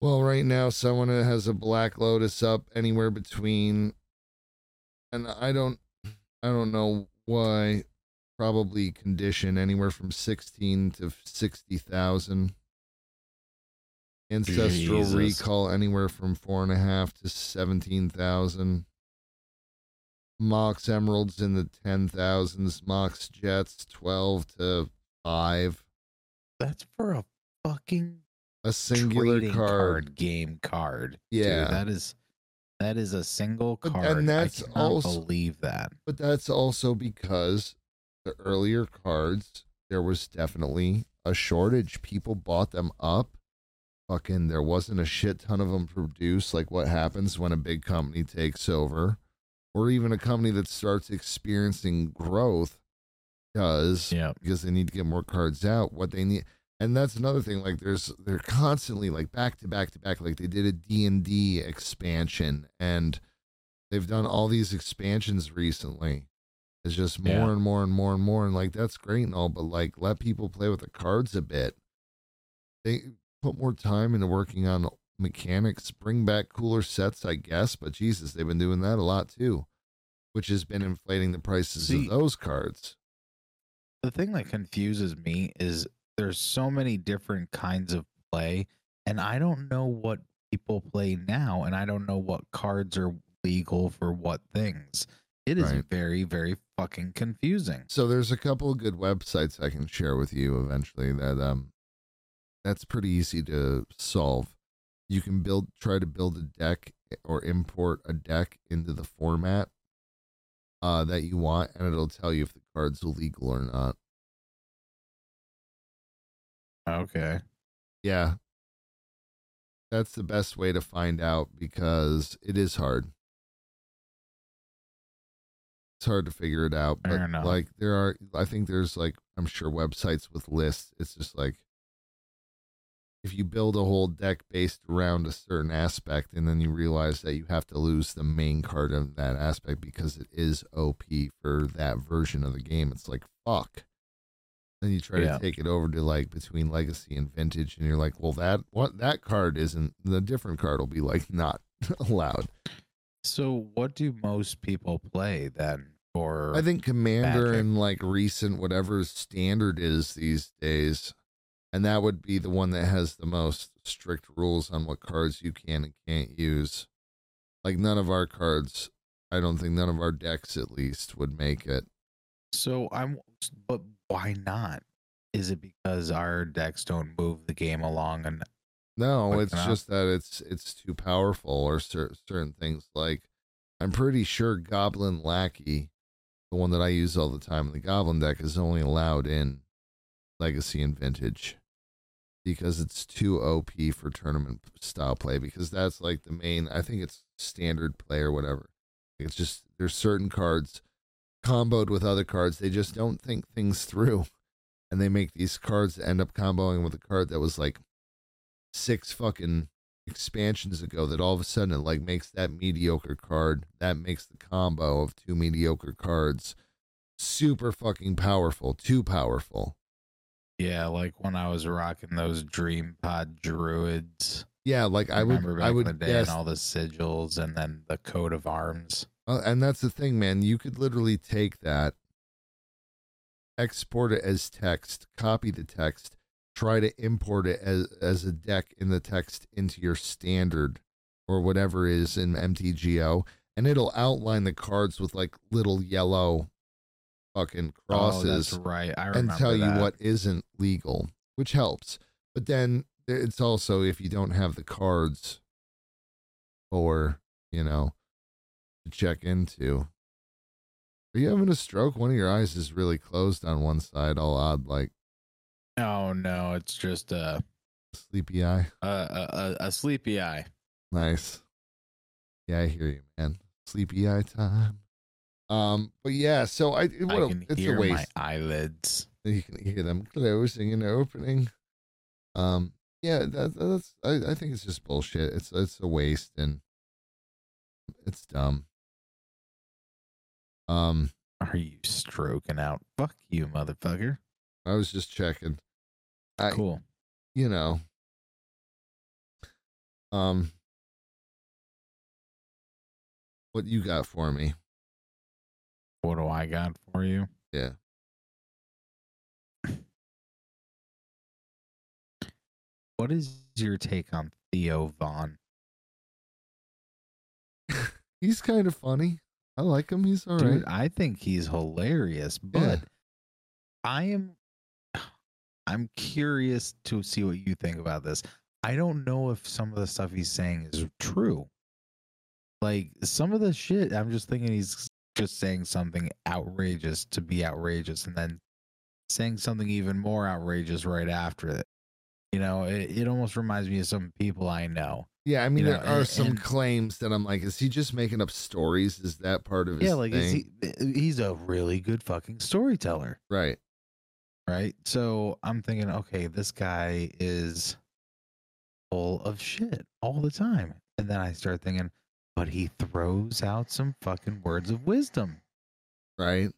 S2: Well, right now, someone that has a Black Lotus up anywhere between, and I don't, I don't know why, probably condition anywhere from sixteen to sixty thousand. Ancestral
S3: Jesus.
S2: recall anywhere from four and a half to seventeen thousand. Mox emeralds in the ten thousands. Mox jets twelve to five.
S3: That's for a fucking
S2: A singular
S3: trading
S2: card.
S3: game card. dude.
S2: Yeah.
S3: that is that is a single
S2: But-
S3: card.
S2: and that's
S3: I cannot
S2: also-
S3: believe that.
S2: But that's also because the earlier cards, there was definitely a shortage. People bought them up. Fucking, there wasn't a shit ton of them produced. Like what happens when a big company takes over, or even a company that starts experiencing growth does
S3: Yeah,
S2: because they need to get more cards out. What they need, and that's another thing. Like there's they're constantly like back to back to back. Like they did a D and D expansion, and they've done all these expansions recently. It's just more
S3: Yeah.
S2: and more and more and more, and like that's great and all, but like let people play with the cards a bit. They put more time into working on mechanics, bring back cooler sets, I guess. But Jesus, they've been doing that a lot too, which has been inflating the prices
S3: See,
S2: of those cards.
S3: the thing that confuses me is there's so many different kinds of play and i don't know what people play now and i don't know what cards are legal for what things it is
S2: Right.
S3: very very fucking confusing
S2: So there's a couple of good websites I can share with you eventually that um that's pretty easy to solve. You can build try to build a deck eh, or import a deck into the format uh that you want and it'll tell you if the card's illegal or not.
S3: okay
S2: Yeah. That's the best way to find out because it is hard. It's hard to figure it out,
S3: Fair
S2: but
S3: enough.
S2: like there are I think there's like I'm sure websites with lists. It's just like if you build a whole deck based around a certain aspect and then you realize that you have to lose the main card of that aspect because it is OP for that version of the game, it's like fuck. Then you try
S3: Yeah.
S2: to take it over to like between legacy and vintage and you're like, well that what that card isn't the different card will be like not (laughs) allowed.
S3: So what do most people play then? Or
S2: I think Commander
S3: Magic.
S2: and like recent whatever standard is these days, and that would be the one that has the most strict rules on what cards you can and can't use. Like none of our cards, I don't think none of our decks at least would make it.
S3: so I'm but why not? Is it because our decks don't move the game along and
S2: No,
S3: Like
S2: it's
S3: that.
S2: just that it's it's too powerful or cer- certain things like I'm pretty sure Goblin Lackey, the one that I use all the time in the Goblin deck is only allowed in Legacy and Vintage because it's too OP for tournament style play because that's like the main I think it's standard play or whatever. It's just there's certain cards comboed with other cards they just don't think things through and they make these cards that end up comboing with a card that was like six fucking expansions ago that all of a sudden it like makes that mediocre card that makes the combo of two mediocre cards super fucking powerful too powerful
S3: yeah, like when I was rocking those Dream Pod Druids.
S2: yeah like i would
S3: remember back
S2: i
S3: in
S2: would
S3: the day
S2: guess
S3: and all the sigils and then the coat of arms.
S2: Uh, and that's the thing, man. You could literally take that, export it as text, copy the text, try to import it as as a deck in the text into your standard or whatever is in MTGO, and it'll outline the cards with like little yellow fucking
S3: Oh,
S2: crosses
S3: that's right. I remember
S2: and tell you
S3: that.
S2: what isn't legal, which helps. But then it's also if you don't have the cards or, you know, to check into. Are you having a stroke? One of your eyes is really closed on one side, all odd, like
S3: Oh no, it's just a
S2: sleepy eye.
S3: a, a, a- a sleepy eye.
S2: Nice. Yeah, I hear you, man. Sleepy eye time. Um, but yeah, so I it- what
S3: I
S2: a,
S3: can
S2: it's a
S3: hear
S2: waste.
S3: my eyelids.
S2: you can hear them closing and opening. Um, yeah, that, that's I, I think it's just bullshit. It's it's a waste and it's dumb. Um,
S3: Are you stroking out? Fuck you, motherfucker.
S2: I was just checking. I-
S3: Cool.
S2: You know. Um, what you got for me?
S3: What do I got for you?
S2: Yeah.
S3: What is your take on Theo Vaughn?
S2: He's kind of funny. I like him. He's all right.
S3: Dude, I think he's hilarious, but
S2: Yeah.
S3: I am (sighs) I'm curious to see what you think about this. I don't know if some of the stuff he's saying is true. Like some of the shit, I'm just thinking he's just saying something outrageous to be outrageous and then saying something even more outrageous right after it. You know, it, it almost reminds me of some people I know.
S2: Yeah, I mean,
S3: know,
S2: there are
S3: and-
S2: some
S3: and-
S2: claims that I'm like, is he just making up stories? Is that part of his
S3: Yeah, like
S2: thing?
S3: is he he's a really good fucking storyteller.
S2: right?
S3: right? So I'm thinking, okay, this guy is full of shit all the time. And then I start thinking, but he throws out some fucking words of wisdom.
S2: Right?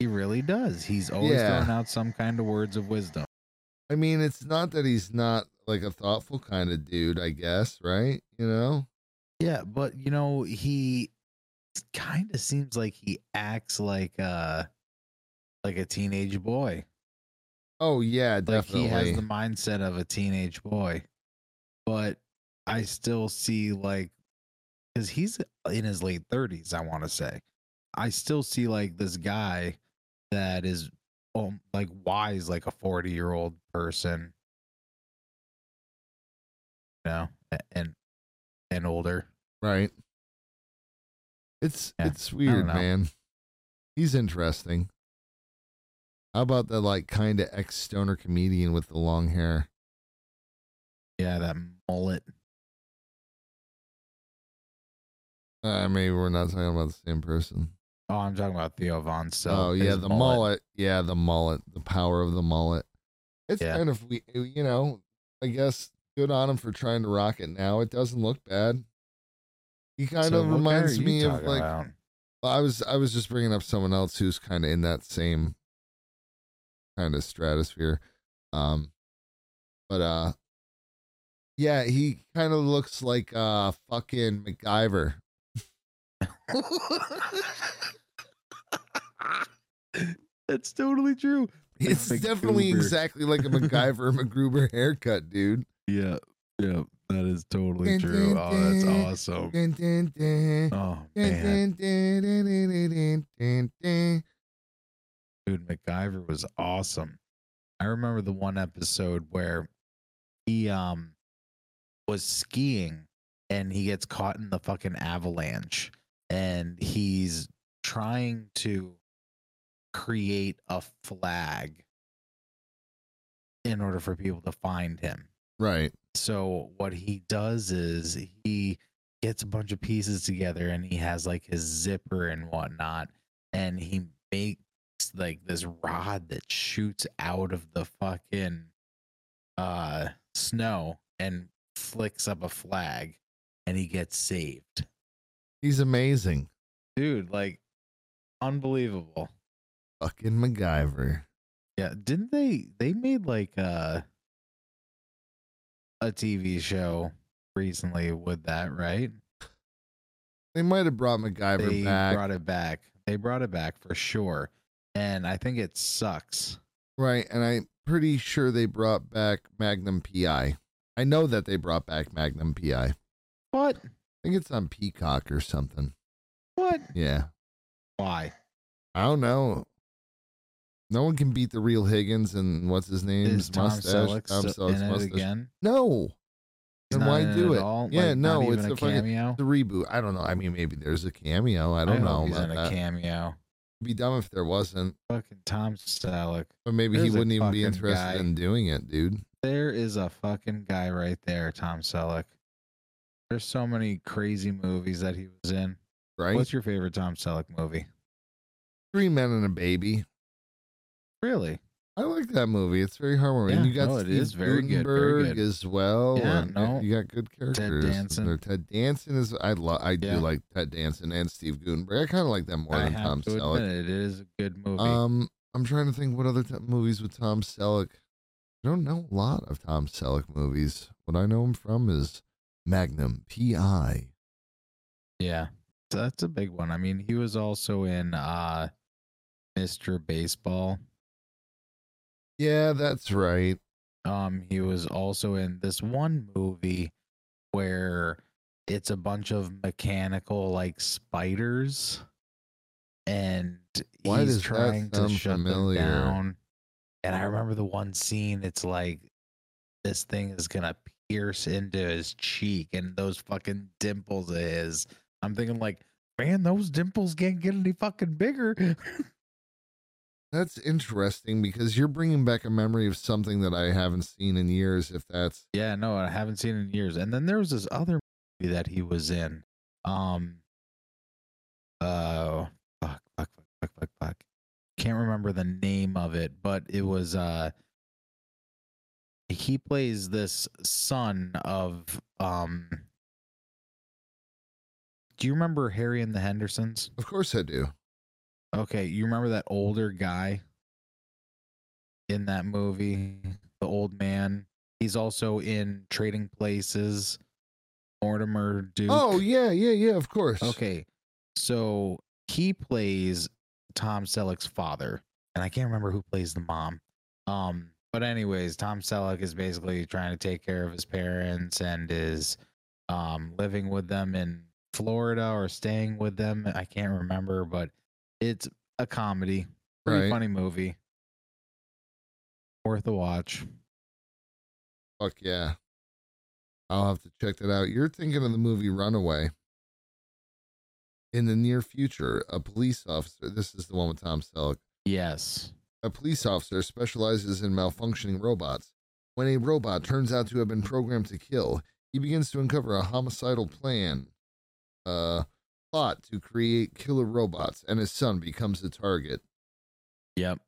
S3: He really does. He's always
S2: Yeah.
S3: throwing out some kind of words of wisdom.
S2: I mean, it's not that he's not like a thoughtful kind of dude, I guess, right? You know?
S3: Yeah, but you know, he kind of seems like he acts like uh like a teenage boy.
S2: Oh yeah,
S3: like he
S2: definitely.
S3: has the mindset of a teenage boy but i still see like because he's in his late 30s i want to say i still see like this guy that is um, like wise like a 40 year old person you know a- and and older
S2: right. It's
S3: Yeah,
S2: it's weird,
S3: know.
S2: man. He's interesting. How about that like kind of ex stoner comedian with the long hair?
S3: yeah that mullet
S2: Uh, maybe we're not talking about the same person.
S3: oh i'm talking about theo von so
S2: oh yeah, the mullet. Yeah, the mullet. The power of the mullet. It's
S3: Yeah.
S2: kind of we, you know, I guess good on him for trying to rock it now. It doesn't look bad. He kind
S3: So
S2: of
S3: what guy
S2: reminds
S3: are you
S2: me of
S3: talking
S2: like
S3: about?
S2: Well, I was I was just bringing up someone else who's kind of in that same kind of stratosphere. Um but uh yeah, he kind of looks like uh fucking MacGyver. (laughs) (laughs)
S3: That's totally true. Like (laughs)
S2: It's definitely
S3: MacGruber.
S2: exactly like a
S3: (laughs)
S2: MacGyver MacGruber haircut, dude.
S3: Yeah, yeah, that is
S2: Dun,
S3: totally true.
S2: dun,
S3: Oh, that's
S2: dun.
S3: awesome.
S2: Dun, dun, dun.
S3: Oh
S2: Dun,
S3: man,
S2: dun, dun, dun, dun, dun, dun, dun, dun.
S3: dude, MacGyver was awesome. I remember the one episode where he um was skiing and he gets caught in the fucking avalanche and he's trying to create a flag in order for people to find him.
S2: Right.
S3: So what he does is he gets a bunch of pieces together and he has like his zipper and whatnot, and he makes like this rod that shoots out of the fucking uh snow and flicks up a flag and he gets saved.
S2: He's amazing.
S3: Dude, like unbelievable.
S2: Fucking MacGyver.
S3: Yeah, didn't they they made like a a TV show recently with that, right?
S2: They might have brought MacGyver
S3: they
S2: back.
S3: brought it back. They brought it back for sure, and I think it sucks.
S2: Right, and I'm pretty sure they brought back Magnum PI. I know that they brought back Magnum PI. I
S3: What?
S2: think it's on Peacock or something.
S3: What?
S2: Yeah.
S3: Why?
S2: I don't know. No one can beat the real Higgins and what's his name's
S3: Is Tom
S2: mustache.
S3: Selleck
S2: Tom
S3: still
S2: Selleck's
S3: in
S2: mustache.
S3: it again?
S2: No.
S3: He's
S2: Then
S3: not
S2: why
S3: in
S2: do
S3: at
S2: it?
S3: all?
S2: Yeah,
S3: Like,
S2: no,
S3: not
S2: it's
S3: even
S2: a
S3: a
S2: fucking-
S3: cameo.
S2: The reboot. I don't know. I mean, maybe there's a cameo. I don't
S3: hope
S2: know
S3: He's
S2: about
S3: in a
S2: that.
S3: cameo.
S2: It'd be dumb if there wasn't.
S3: Fucking Tom Selleck.
S2: But maybe he
S3: There's a
S2: wouldn't even be
S3: fucking
S2: interested
S3: guy.
S2: in doing it, dude.
S3: There is a fucking guy right there, Tom Selleck. There's so many crazy movies that he was in.
S2: Right?
S3: What's your favorite Tom Selleck movie?
S2: Three men and a baby.
S3: Really?
S2: I like that movie. It's very heartwarming. and
S3: Yeah,
S2: you got
S3: no, it
S2: Steve
S3: is very good, very
S2: Gutenberg
S3: good.
S2: as well.
S3: Yeah,
S2: and
S3: no.
S2: You got good characters. in
S3: Danson.
S2: there. Ted Danson is I love. I
S3: Yeah.
S2: do like Ted Danson and Steve Gutenberg. I kind of like them more
S3: I
S2: than
S3: have
S2: Tom
S3: to
S2: Selleck.
S3: admit it, it is a good movie.
S2: Um, I'm trying to think what other t- movies with Tom Selleck. I don't know a lot of Tom Selleck movies. What I know him from is Magnum P.I.
S3: Yeah. So that's a big one. I mean, he was also in uh Mr. Baseball.
S2: Yeah, that's right.
S3: Um he was also in this one movie where it's a bunch of mechanical like spiders and
S2: Why
S3: he's
S2: does that
S3: trying to
S2: sound
S3: shut
S2: familiar?
S3: them down. And I remember the one scene it's like this thing is going to pierce into his cheek and those fucking dimples of his. I'm thinking like, man, those dimples can't get any fucking bigger. (laughs)
S2: That's interesting because you're bringing back a memory of something that I haven't seen in years. If that's
S3: Yeah, no, I haven't seen it in years. And then there was this other movie that he was in. Um oh fuck, fuck, fuck, fuck, fuck, fuck. Can't remember the name of it, but it was uh he plays this son of um Do you remember Harry and the Hendersons?
S2: Of course I do.
S3: Okay, you remember that older guy in that movie, the old man. He's also in Trading Places, Mortimer Duke.
S2: Oh yeah, yeah, yeah. Of course.
S3: okay. So he plays Tom Selleck's father, and I can't remember who plays the mom. Um, but anyways, Tom Selleck is basically trying to take care of his parents and is um living with them in Florida or staying with them. I can't remember, but it's a comedy. Pretty
S2: Right.
S3: funny movie. Worth a watch.
S2: Fuck yeah. I'll have to check that out. You're thinking of the movie Runaway. In the near future, a police officer. This is the one with Tom Selleck.
S3: Yes.
S2: A police officer specializes in malfunctioning robots. When a robot turns out to have been programmed to kill, he begins to uncover a homicidal plan, uh, plot to create killer robots, and his son becomes the target.
S3: Yep.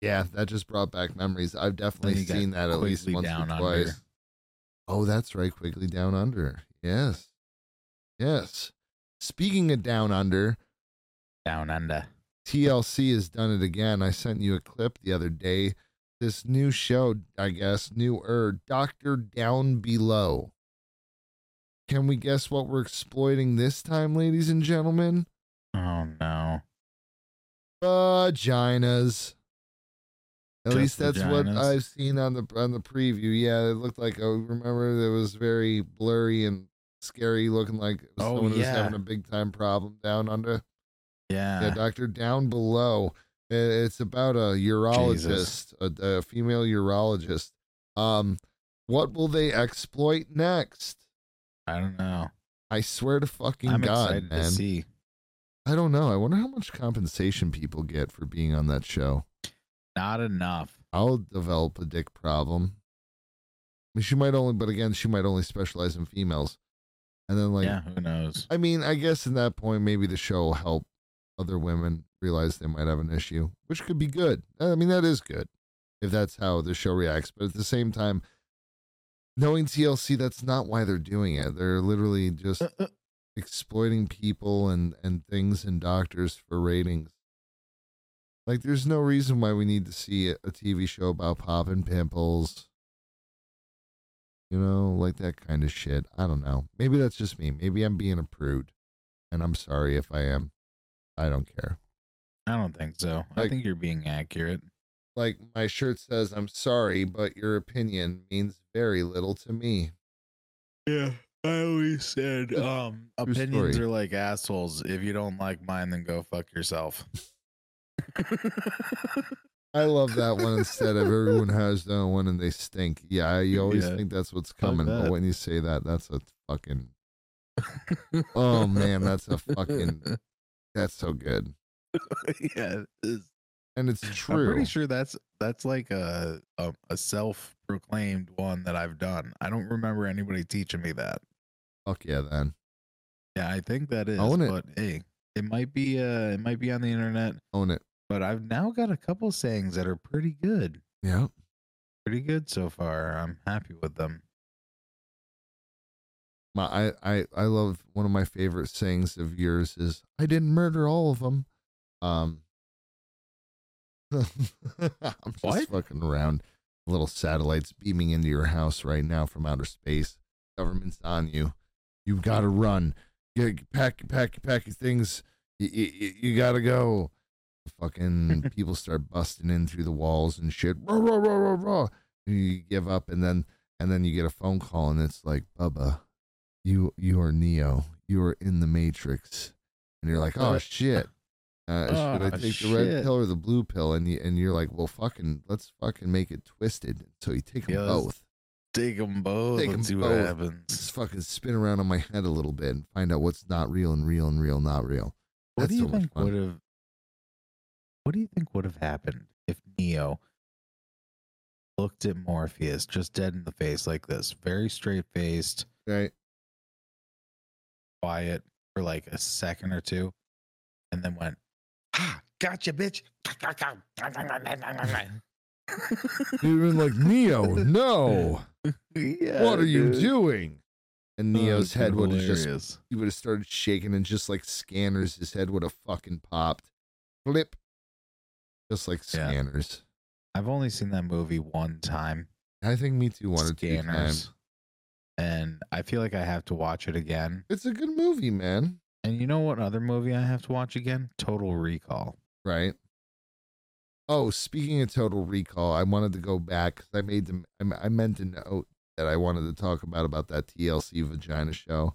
S2: Yeah, that just brought back memories. I've definitely
S3: you got
S2: seen that at least
S3: Quigley
S2: once or
S3: Down Under.
S2: twice. Oh, that's right. Quickly down under. Yes. Yes. Speaking of down under,
S3: Down under.
S2: TLC has done it again. I sent you a clip the other day. This new show, I guess, newer Doctor Down Below. Can we guess what we're exploiting this time, ladies and gentlemen?
S3: Oh no.
S2: Vaginas. At
S3: Just
S2: least that's what
S3: vaginas?
S2: I've seen on the on the preview. Yeah, it looked like I remember it was very blurry and scary looking like it was
S3: Oh,
S2: someone who was
S3: yeah.
S2: having a big time problem down under. Yeah,
S3: Yeah.
S2: Doctor Down Below. I- It's about a urologist, a, a female urologist. Um, what will they exploit next?
S3: I don't know.
S2: I swear to fucking
S3: I'm
S2: God,
S3: excited
S2: man.
S3: to see.
S2: I don't know. I wonder how much compensation people get for being on that show.
S3: Not enough.
S2: I'll develop a dick problem. I mean, she might only, but again, she might only specialize in females. And then, like,
S3: yeah, who knows?
S2: I mean, I guess in that point, maybe the show will help other women realize they might have an issue, which could be good. Uh, I mean, that is good if that's how the show reacts. But at the same time, knowing TLC, that's not why they're doing it. They're literally
S3: Uh,
S2: just exploiting people and, and things and doctors for ratings. Like, there's no reason why we need to see a, a TV show about popping pimples. You know, like that kind of shit. I don't know. Maybe that's just me. Maybe I'm being a prude. And I'm sorry if I am. I don't care.
S3: I don't think so. I
S2: Like-
S3: think you're being accurate.
S2: Like, my shirt says, I'm sorry, but your opinion means very little to me.
S3: Yeah. I always said
S2: True
S3: um opinions
S2: story.
S3: are like assholes. If you don't like mine, then go fuck
S2: (laughs)
S3: yourself.
S2: I love that one instead of everyone has that one and they stink. Yeah,
S3: (laughs)
S2: you always
S3: Yeah.
S2: think that's what's coming, but
S3: that.
S2: when you say that, that's a
S3: (laughs)
S2: fucking oh man, that's a fucking that's so good,
S3: yeah. it's-
S2: and it's
S3: I'm
S2: true.
S3: pretty sure that's that's like a a, a self proclaimed one that I've done. I don't remember anybody teaching me that.
S2: Fuck yeah, then
S3: Yeah, I think that is.
S2: Own it.
S3: But hey, it might be uh it might be on the internet.
S2: own it.
S3: But I've now got a couple sayings that are pretty good.
S2: Yeah,
S3: Pretty good so far. I'm happy with them.
S2: my I I I love one of my favorite sayings of yours is I didn't murder all of them. Um, (laughs) I'm just
S3: What?
S2: fucking around. Little satellites beaming into your house right now from outer space. Government's on you. You gotta run. You pack pack pack your things. You, you, you gotta go. Fucking people start busting in through the walls and shit. Rah, rah, rah, rah, rah. And You give up and then and then you get a phone call and it's like Bubba, you you are Neo. You are in the Matrix. And you're like, oh
S3: Uh,
S2: shit. Uh, should I
S3: Oh,
S2: take the red
S3: shit.
S2: pill or the blue pill? And you, and you're like, well, fucking, let's fucking make it twisted. So you take them
S3: Yeah, let's-
S2: both.
S3: Take them both
S2: Take
S3: and
S2: 'em
S3: see what
S2: both. Let's
S3: happens.
S2: fucking spin around on my head a little bit and find out what's not real and real and real not real.
S3: What
S2: That's
S3: do you
S2: so much
S3: think
S2: fun.
S3: would have What do you think would have happened if Neo looked at Morpheus just dead in the face like this, very straight faced,
S2: Right?
S3: quiet for like a second or two, and then went, Ah, gotcha, bitch.
S2: Ah. (laughs) You've been like, Neo, no,
S3: Yeah,
S2: what are you
S3: dude.
S2: doing? And
S3: Oh,
S2: Neo's
S3: it's
S2: head would have just
S3: hilarious.
S2: he would have started shaking and just like scanners, his head would have fucking popped. Flip. Just like
S3: Yeah.
S2: scanners.
S3: I've only seen that movie one time.
S2: I think me too one or two
S3: Scanners.
S2: times.
S3: And I feel like I have to watch it again.
S2: It's a good movie, man.
S3: And you know what other movie I have to watch again? Total Recall.
S2: Right. Oh, speaking of Total Recall, I wanted to go back 'cause I made them. I, I meant to note that I wanted to talk about about that TLC vagina show.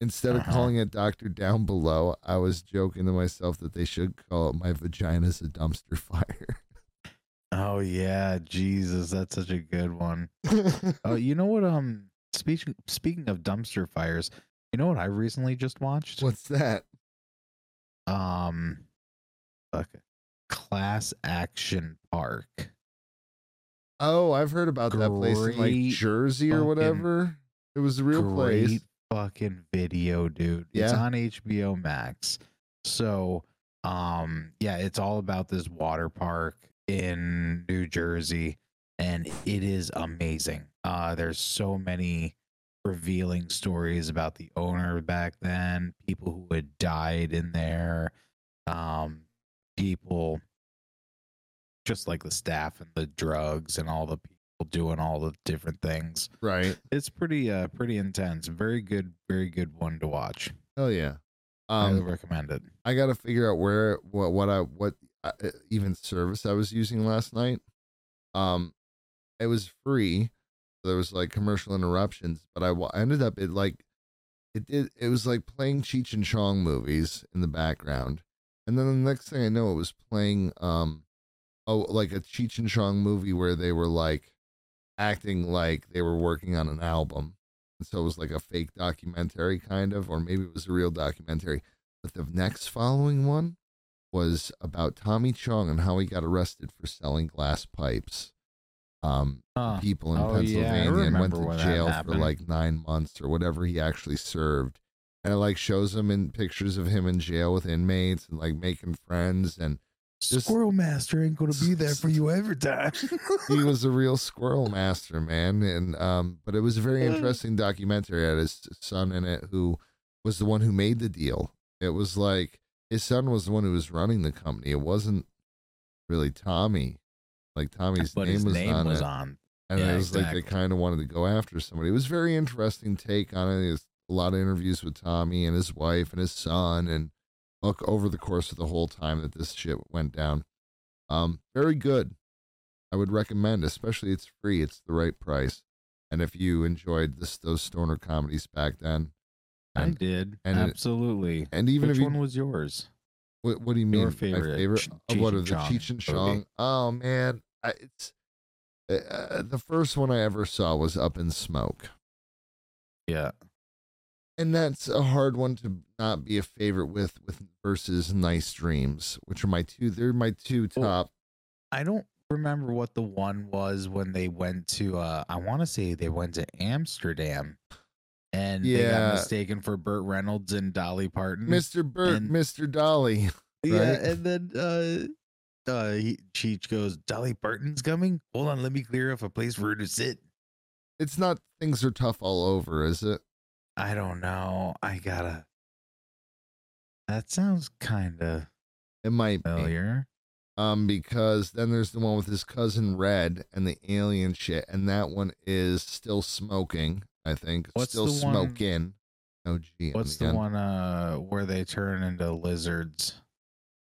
S2: Instead of
S3: Uh-huh.
S2: calling it Doctor Down Below, I was joking to myself that they should call it My Vagina's a Dumpster Fire. (laughs)
S3: Oh yeah, Jesus, that's such a good one. Oh, you know what? Um, speaking speaking of dumpster fires, you know what I recently just watched?
S2: What's that?
S3: Um, fuck, Class Action Park.
S2: Oh, I've heard about that place in like
S3: Great
S2: Jersey or
S3: fucking-
S2: whatever. It was a real
S3: Great
S2: place.
S3: fucking video, dude. It's
S2: Yeah.
S3: on HBO Max. So, um, yeah, it's all about this water park in New Jersey and it is amazing. Uh, there's so many revealing stories about the owner back then, people who had died in there, um, people just like the staff and the drugs and all the people doing all the different things.
S2: Right.
S3: It's pretty uh pretty intense. Very good, very good one to watch.
S2: Hell yeah.
S3: I
S2: Um,
S3: would recommend it.
S2: I got to figure out where what what I what uh, even service I was using last night. Um, it was free. There was like commercial interruptions, but I wa- I ended up it like it did it was like playing Cheech and Chong movies in the background, and then the next thing I know, it was playing um oh like a Cheech and Chong movie where they were like acting like they were working on an album, and so it was like a fake documentary kind of, or maybe it was a real documentary. But the next following one was about Tommy Chong and how he got arrested for selling glass pipes. Um,
S3: Huh.
S2: people in
S3: Oh, yeah, I
S2: Pennsylvania and went
S3: remember when
S2: to
S3: that
S2: jail for
S3: happened.
S2: like nine months or whatever he actually served. And it like shows him in pictures of him in jail with inmates and like making friends. And Just-
S3: Squirrel Master ain't gonna be there for you every (laughs) time.
S2: he was a real squirrel master, man. And um, but it was a very interesting documentary. It had his son in it who was the one who made the deal. It was like his son was the one who was running the company. It wasn't really Tommy. Like Tommy's
S3: but
S2: name
S3: his
S2: was
S3: name
S2: on
S3: was
S2: it.
S3: on.
S2: and
S3: Yeah,
S2: it was like they
S3: exactly.
S2: kind of wanted to go after somebody. It was a very interesting take on it. There's a lot of interviews with Tommy and his wife and his son, and look over the course of the whole time that this shit went down. Um, very good. I would recommend, especially it's free. It's the right price, and if you enjoyed this those stoner comedies back then,
S3: I
S2: and
S3: did
S2: and it-
S3: absolutely.
S2: and even
S3: Which
S2: if you,
S3: one was yours?
S2: what, what do you mean?
S3: Your
S2: my
S3: favorite Ch-
S2: Oh, what
S3: Cheech
S2: are
S3: and
S2: the
S3: Chong
S2: Cheech and
S3: movie?
S2: Chong? Oh man, I, it's uh, uh, the first one I ever saw was Up in Smoke,
S3: Yeah.
S2: and that's a hard one to not be a favorite with. With versus Nice Dreams, which are my two. They're my two
S3: Oh.
S2: top.
S3: I don't remember what the one was when they went to uh I want to say they went to Amsterdam and they
S2: Yeah.
S3: got mistaken for Burt Reynolds and Dolly Parton.
S2: Mr. Bert,
S3: mm, And-
S2: Mr. Dolly.
S3: Yeah,
S2: right?
S3: and then uh uh he, Cheech goes, "Dolly Parton's coming? Hold on, let me clear off a place for her to sit."
S2: It's not things are tough all over, is it?
S3: I don't know. I got to That sounds kind of
S2: It might be.
S3: familiar.
S2: um, because then there's the one with his cousin Red and the alien shit, and that one is still smoking. I think
S3: What's
S2: still
S3: the one-
S2: smoking. Oh, gee.
S3: What's the one uh where they turn into lizards?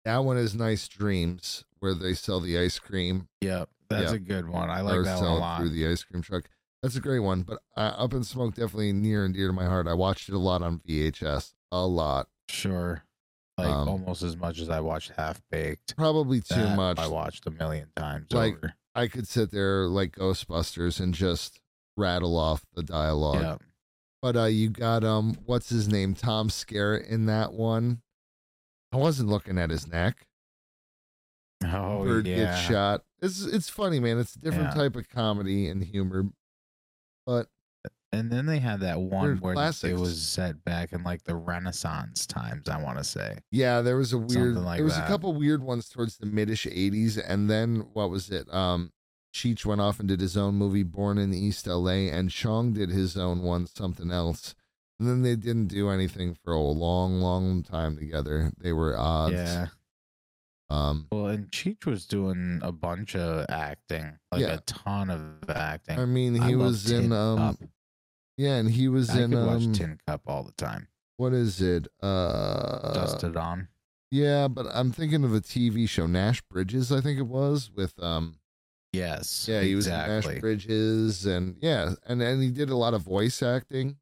S2: That one is Nice Dreams, where they sell the ice cream
S3: Yep, that's
S2: Yeah.
S3: a good one. I
S2: or
S3: like that one a
S2: sell it
S3: lot.
S2: through the ice cream truck. That's a great one, but uh, Up in Smoke definitely near and dear to my heart. I watched it a lot on VHS, a lot,
S3: Sure. Like
S2: Um,
S3: almost as much as I watched Half Baked.
S2: probably too
S3: That
S2: much.
S3: I watched a million times
S2: Like,
S3: over.
S2: I could sit there like Ghostbusters and just rattle off the dialogue.
S3: Yeah.
S2: But uh, you got um, what's his name, Tom Skerritt in that one. I wasn't looking at his neck.
S3: Oh
S2: Bird
S3: yeah.
S2: gets shot. It's it's funny, man. It's a different
S3: Yeah.
S2: type of comedy and humor. But
S3: And then they had that one
S2: They're
S3: where
S2: classics.
S3: it was set back in like the Renaissance times. I want to say.
S2: yeah, there was a weird.
S3: Something like
S2: there was a
S3: that.
S2: couple weird ones towards the midish '80s, and then what was it? Um, Cheech went off and did his own movie, Born in East L.A., and Chong did his own one, something else. And then they didn't do anything for a long, long time together. They were odds.
S3: Yeah.
S2: Um,
S3: Well, and Cheech was doing a bunch of acting, like
S2: Yeah.
S3: a ton of acting.
S2: I mean, he
S3: I love
S2: was in
S3: Tin
S2: um,
S3: Cup.
S2: Yeah, and he was
S3: I
S2: in
S3: could
S2: um,
S3: watch Tin Cup all the time.
S2: what is it? Uh,
S3: Dusted on.
S2: yeah, but I'm thinking of a TV show, Nash Bridges, I think it was with um,
S3: Yes.
S2: yeah, he was in Nash
S3: exactly.
S2: Bridges, and yeah, and and he did a lot of voice acting,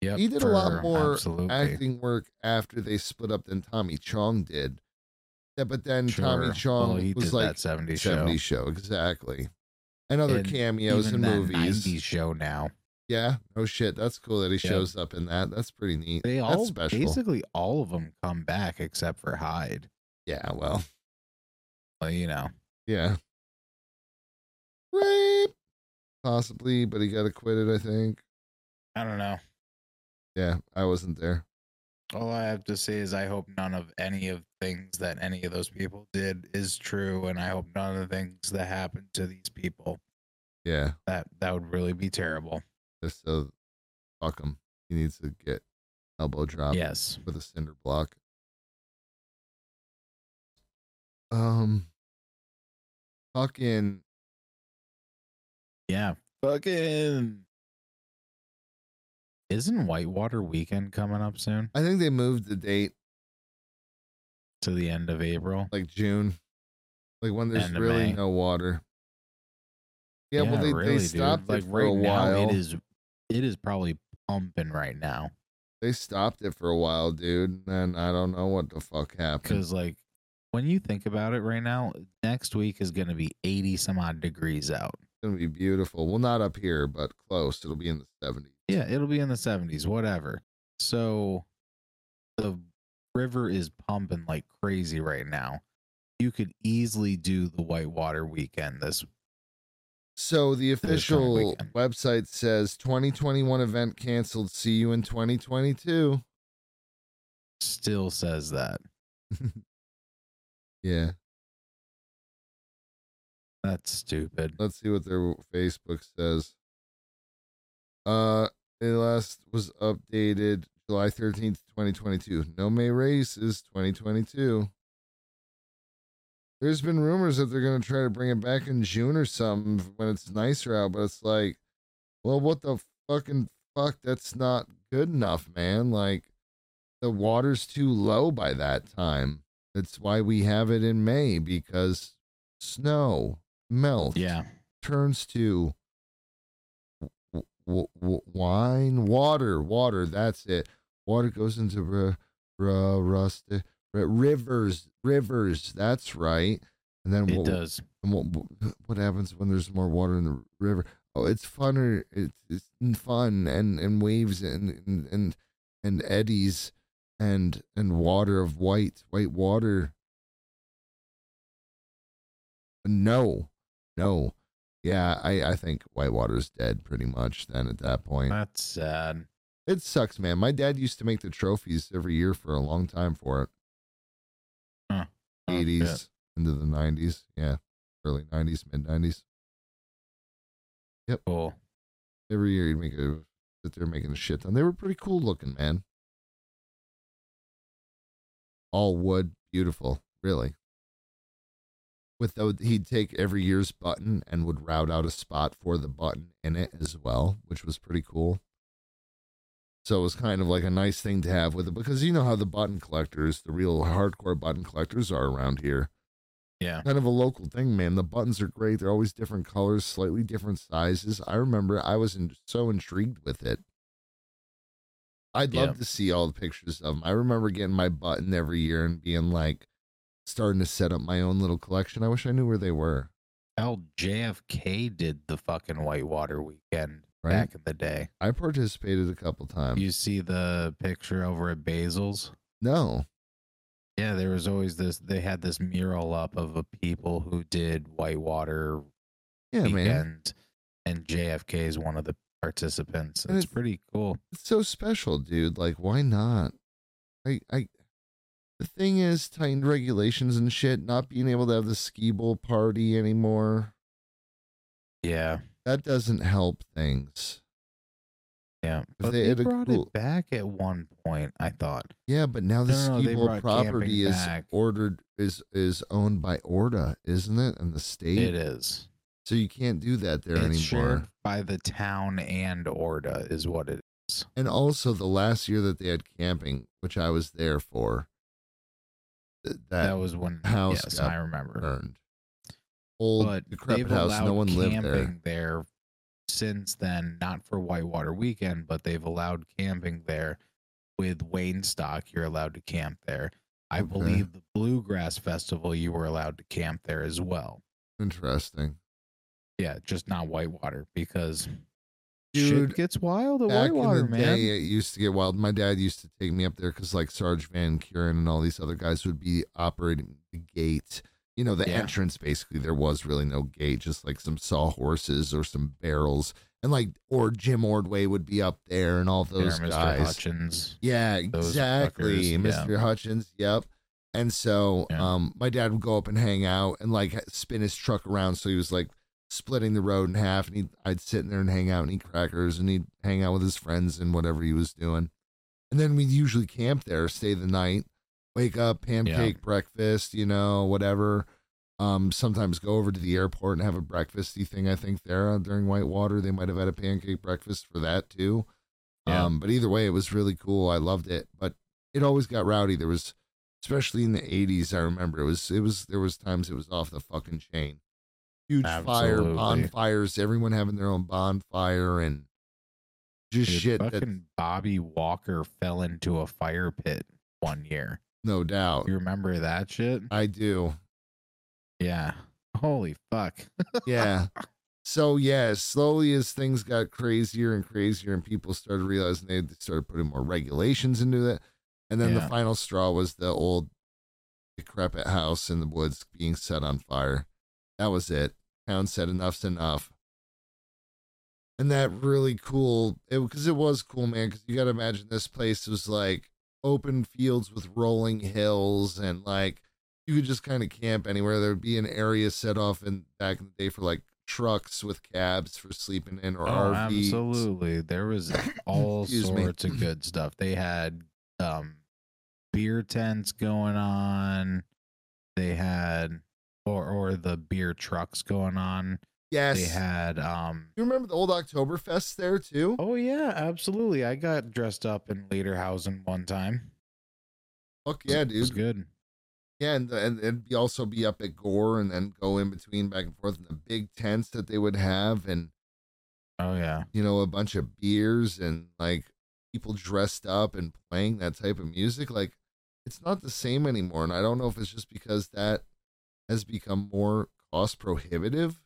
S3: Yep,
S2: he did a lot
S3: for-
S2: more
S3: absolutely.
S2: acting work after they split up than Tommy Chong did. Yeah, but then Tommy
S3: Sure.
S2: Chong
S3: Well, he
S2: was
S3: did
S2: like
S3: that 70s show.
S2: 70 show. exactly, and other
S3: And
S2: cameos in
S3: Even that
S2: movies.
S3: 90s show now.
S2: Yeah, oh shit, that's cool that he
S3: Yeah.
S2: shows up in that. That's pretty neat.
S3: They
S2: that's
S3: all
S2: special.
S3: basically all of them come back except for Hyde.
S2: Yeah, well,
S3: Well, you know.
S2: yeah. Rape, possibly, but he got acquitted. I think.
S3: I don't know.
S2: Yeah, I wasn't there.
S3: All I have to say is I hope none of any of things that any of those people did is true and I hope none of the things that happened to these people
S2: Yeah,
S3: That that would really be terrible.
S2: just so fuck him. He needs to get elbow drop
S3: Yes.
S2: with a cinder block. Um, fucking
S3: Yeah. Fucking. Isn't Whitewater Weekend coming up soon?
S2: I think they moved the date
S3: To the end of April.
S2: like June, like when there's
S3: End of
S2: really
S3: May.
S2: no water. Yeah, well, they,
S3: really,
S2: they
S3: dude.
S2: stopped
S3: like
S2: it for
S3: right
S2: a
S3: Now,
S2: while.
S3: it is. It is probably pumping right now
S2: They stopped it for a while, dude. And I don't know what the fuck happened.
S3: because, like, when you think about it, right now, next week is going to be eighty some odd degrees out.
S2: It's gonna be beautiful. Well, not up here, but close. It'll be in the seventies.
S3: Yeah, it'll be in the seventies, whatever. So the river is pumping like crazy right now. You could easily do the whitewater weekend this
S2: So the
S3: coming
S2: official
S3: weekend.
S2: website says 2021 event canceled. See you in 2022.
S3: still says that.
S2: (laughs) Yeah.
S3: That's stupid.
S2: Let's see what their Facebook says. Uh, it last was updated July 13th, 2022. No May race is 2022. There's been rumors that they're going to try to bring it back in June or something when it's nicer out, but it's like, well, what the fucking fuck? That's not good enough, man. Like, the water's too low by that time. That's why we have it in May because snow melts
S3: Yeah.
S2: turns to w- w- w- wine, water, water. That's it. Water goes into r- r- rust, r- rivers, rivers. That's right. And then
S3: It
S2: what,
S3: does.
S2: and what, what happens when there's more water in the river? Oh, it's funner. It's, it's fun and, and waves and, and and and eddies and and water of white white water. No, no, yeah, I I think Whitewater's dead pretty much. Then at that point,
S3: That's sad.
S2: it sucks, man. My dad used to make the trophies every year for a long time for it.
S3: Oh, shit.
S2: Eighties into the nineties, yeah, early nineties, mid nineties.
S3: Cool.
S2: every year you'd make a sit there making a shit ton. They were pretty cool looking, man. All wood, beautiful, really. With though he'd take every year's button and would route out a spot for the button in it as well, which was pretty cool. So it was kind of like a nice thing to have with it because you know how the button collectors, the real hardcore button collectors are around here
S3: Yeah.
S2: kind of a local thing, man. The buttons are great. They're always different colors, slightly different sizes. I remember I was in, so intrigued with it. I'd love
S3: Yeah.
S2: to see all the pictures of them. I remember getting my button every year and being like, starting to set up my own little collection. I wish I knew where they were.
S3: Hell, JFK did the fucking Whitewater weekend
S2: Right.
S3: back in the day.
S2: I participated a couple times.
S3: You see the picture over at Basil's?
S2: no,
S3: Yeah, there was always this. They had this mural up of a people who did Whitewater
S2: yeah, man,
S3: weekend, and JFK is one of the participants.
S2: And
S3: It's
S2: it's-
S3: pretty cool.
S2: it's so special, dude. Like, why not? I, I, the thing is, tightened regulations and shit. Not being able to have the ski bowl party anymore.
S3: Yeah,
S2: that doesn't help things.
S3: yeah. But
S2: they
S3: they,
S2: had a
S3: brought
S2: cool-
S3: it back at one point. I thought.
S2: Yeah, but now the
S3: No, no,
S2: ski
S3: they
S2: bowl
S3: brought
S2: property
S3: camping
S2: is
S3: back.
S2: ordered is is owned by Orta, isn't it? And the state,
S3: It is.
S2: so you can't do that there
S3: It's
S2: anymore.
S3: shared by the town and Orda is what it.
S2: And also, the last year that they had camping, which I was there for, th- that,
S3: That was when.
S2: house
S3: yes,
S2: got
S3: I remember.
S2: burned. Old
S3: but
S2: decrepit
S3: they've
S2: house.
S3: allowed
S2: No one lived
S3: camping
S2: there.
S3: there since then, not for Whitewater Weekend, but they've allowed camping there with Wayne Stock. You're allowed to camp there. I
S2: Okay.
S3: believe the Bluegrass Festival, you were allowed to camp there as well.
S2: Interesting.
S3: Yeah, just not Whitewater because
S2: Dude,
S3: shit gets wild at
S2: Back
S3: Whitewater,
S2: in the
S3: man.
S2: day, it used to get wild. My dad used to take me up there because, like, Sarge Van Kuren and all these other guys would be operating the gate. You know, the
S3: Yeah.
S2: entrance, basically, there was really no gate, just like some sawhorses or some barrels. And, like, or Jim Ordway would be up there and all those
S3: There, Mr.
S2: guys.
S3: Hutchins.
S2: Yeah,
S3: Those
S2: exactly.
S3: fuckers, yeah.
S2: Mr. Hutchins. Yep. And so
S3: Yeah.
S2: um my dad would go up and hang out and like spin his truck around so he was like splitting the road in half, and he I'd sit in there and hang out and eat crackers, and he'd hang out with his friends and whatever he was doing, and then we'd usually camp there, stay the night, wake up, pancake breakfast, you know, whatever. Um, sometimes go over to the airport and have a breakfasty thing. I think there uh, during Whitewater they might have had a pancake breakfast for that too.
S3: Yeah.
S2: Um, but either way, it was really cool. I loved it, but it always got rowdy. There was, especially in the '80s, I remember it was it was there was times it was off the fucking chain. Huge fire,
S3: Absolutely.
S2: bonfires, everyone having their own bonfire and just
S3: Dude,
S2: shit.
S3: Fucking
S2: That,
S3: Bobby Walker fell into a fire pit one year.
S2: no doubt,
S3: You remember that shit?
S2: I do.
S3: Yeah. Holy fuck.
S2: yeah. So yeah, slowly as things got crazier and crazier, and people started realizing they started putting more regulations into that, and then the
S3: Yeah.
S2: final straw was the old decrepit house in the woods being set on fire. That was it. Town said enough's enough. And that really cool, it because it was cool, man. Because you got to imagine this place was like open fields with rolling hills and like you could just kind of camp anywhere. There would be an area set off in back in the day for like trucks with cabs for sleeping in or
S3: Oh,
S2: RVs.
S3: absolutely. There was
S2: (coughs)
S3: all
S2: Excuse me.
S3: sorts of good stuff. They had um beer tents going on. They had or or the beer trucks going on.
S2: Yes.
S3: They had um
S2: you remember the old Oktoberfest there too?
S3: Oh yeah, absolutely. I got dressed up in Lederhausen one time.
S2: Fuck yeah,
S3: It was
S2: dude.
S3: good.
S2: Yeah, and and and be also be up at Gore and then go in between back and forth in the big tents that they would have and
S3: Oh yeah.
S2: you know a bunch of beers and like people dressed up and playing that type of music. Like it's not the same anymore, and I don't know if it's just because that has become more cost prohibitive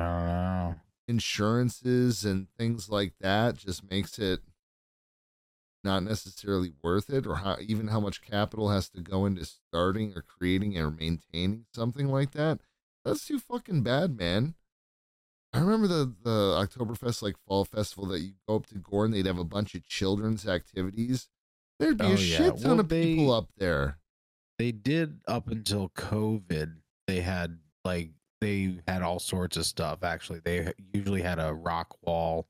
S3: I don't know.
S2: insurances and things like that just makes it not necessarily worth it or how even how much capital has to go into starting or creating or maintaining something like that that's too fucking bad man i remember the the oktoberfest like fall festival that you go up to gore and they'd have a bunch of children's activities there'd be
S3: Oh,
S2: a
S3: yeah.
S2: shit ton
S3: Well,
S2: of
S3: they-
S2: people up there
S3: They did up until COVID. They had like they had all sorts of stuff. Actually, they usually had a rock wall.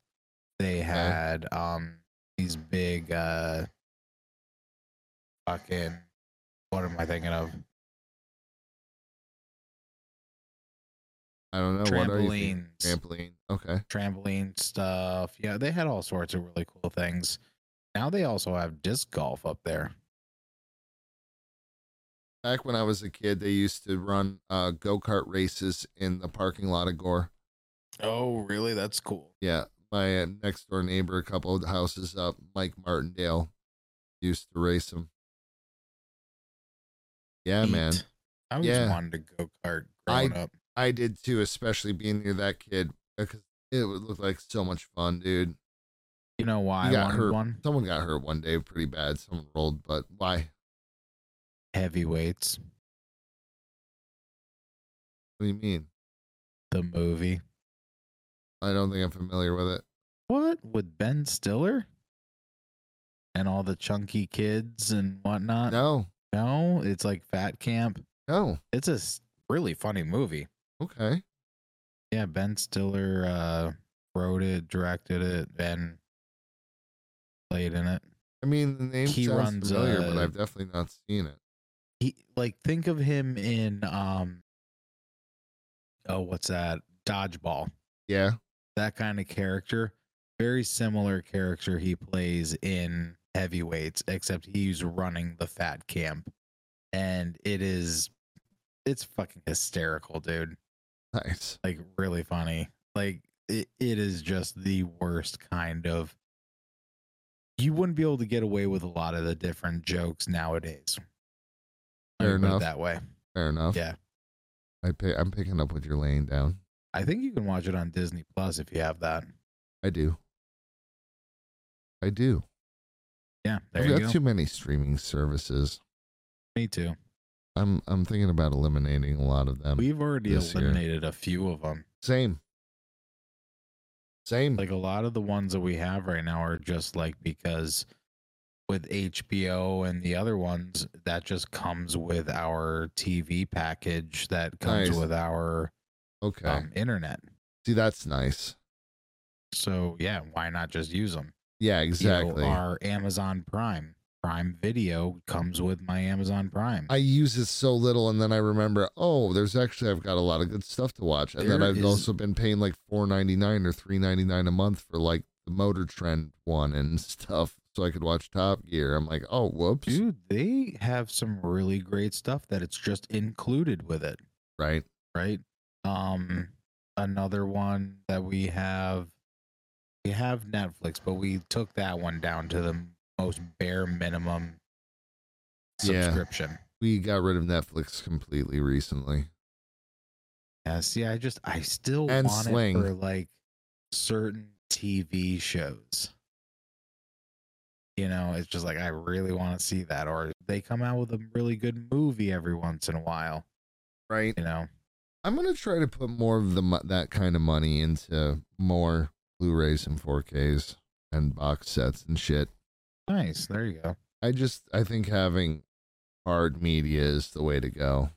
S3: They had um these big uh fucking what am I thinking of?
S2: i don't know Oh, what are you thinking? trampoline
S3: Trampolines.
S2: okay
S3: trampoline stuff. Yeah, they had all sorts of really cool things. Now they also have disc golf up there.
S2: back when I was a kid, they used to run uh, go kart races in the parking lot of Gore.
S3: Oh, really? That's cool.
S2: Yeah, my uh, next door neighbor, a couple of houses up, Mike Martindale, used to race them. Yeah, man,
S3: I always
S2: Yeah.
S3: wanted to go kart growing up.
S2: I did too, especially being near that kid because it would look like so much fun, dude.
S3: You know why
S2: You
S3: I
S2: got
S3: wanted
S2: hurt.
S3: one?
S2: Someone got hurt one day pretty bad. Someone rolled, but why?
S3: Heavyweights,
S2: What do you mean?
S3: the movie.
S2: I don't think I'm familiar with it.
S3: What with Ben Stiller and all the chunky kids and whatnot?
S2: No,
S3: No, it's like Fat Camp.
S2: no.
S3: It's a s- really funny movie.
S2: Okay.
S3: Yeah, Ben Stiller uh, wrote it, directed it, and played in it.
S2: I mean, the name
S3: He
S2: sounds
S3: runs,
S2: familiar, but
S3: uh,
S2: I've definitely not seen it.
S3: He like think of him in um oh what's that dodgeball
S2: Yeah.
S3: that kind of character. Very similar character he plays in heavyweights, except he's running the fat camp, and it is it's fucking hysterical, dude.
S2: (laughs) Nice.
S3: like really funny. Like it, it is just the worst kind of. You wouldn't be able to get away with a lot of the different jokes nowadays. Let me
S2: Fair
S3: put it
S2: enough.
S3: That way,
S2: Fair enough.
S3: yeah.
S2: I pay, I'm picking up what you're laying down.
S3: I think you can watch it on Disney Plus if you have that.
S2: I do. I do.
S3: Yeah, there
S2: I've
S3: you
S2: got
S3: go.
S2: too many streaming services.
S3: Me too.
S2: I'm I'm thinking about eliminating a lot of them.
S3: We've already
S2: Um, this year.
S3: eliminated a few of them.
S2: Same. Same.
S3: Like a lot of the ones that we have right now are just like because with HBO and the other ones, that just comes with our TV package that comes
S2: Nice.
S3: with our
S2: Okay.
S3: um, internet.
S2: See, that's nice.
S3: So yeah, why not just use them?
S2: Yeah, exactly.
S3: our Amazon Prime Prime Video comes with my Amazon Prime.
S2: I use it so little, and then I remember, oh, there's actually I've got a lot of good stuff to watch, and then
S3: There
S2: I've
S3: is-
S2: also been paying like four ninety nine or three ninety nine a month for like the Motor Trend one and (laughs) stuff, so I could watch Top Gear. I'm like, oh, whoops,
S3: Dude, they have some really great stuff that it's just included with it,
S2: right?
S3: right? Um another one that we have we have Netflix, but we took that one down to the most bare minimum
S2: Yeah.
S3: subscription.
S2: We got rid of Netflix completely recently.
S3: Yeah, see, I just I still
S2: And
S3: want
S2: Sling.
S3: it for like certain TV shows. You know, it's just like I really want to see that, or they come out with a really good movie every once in a while.
S2: Right.
S3: You know,
S2: I'm gonna try to put more of the mo- that kind of money into more Blu-rays and 4Ks and box sets and shit.
S3: nice. There you go.
S2: I just I think having hard media is the way to go.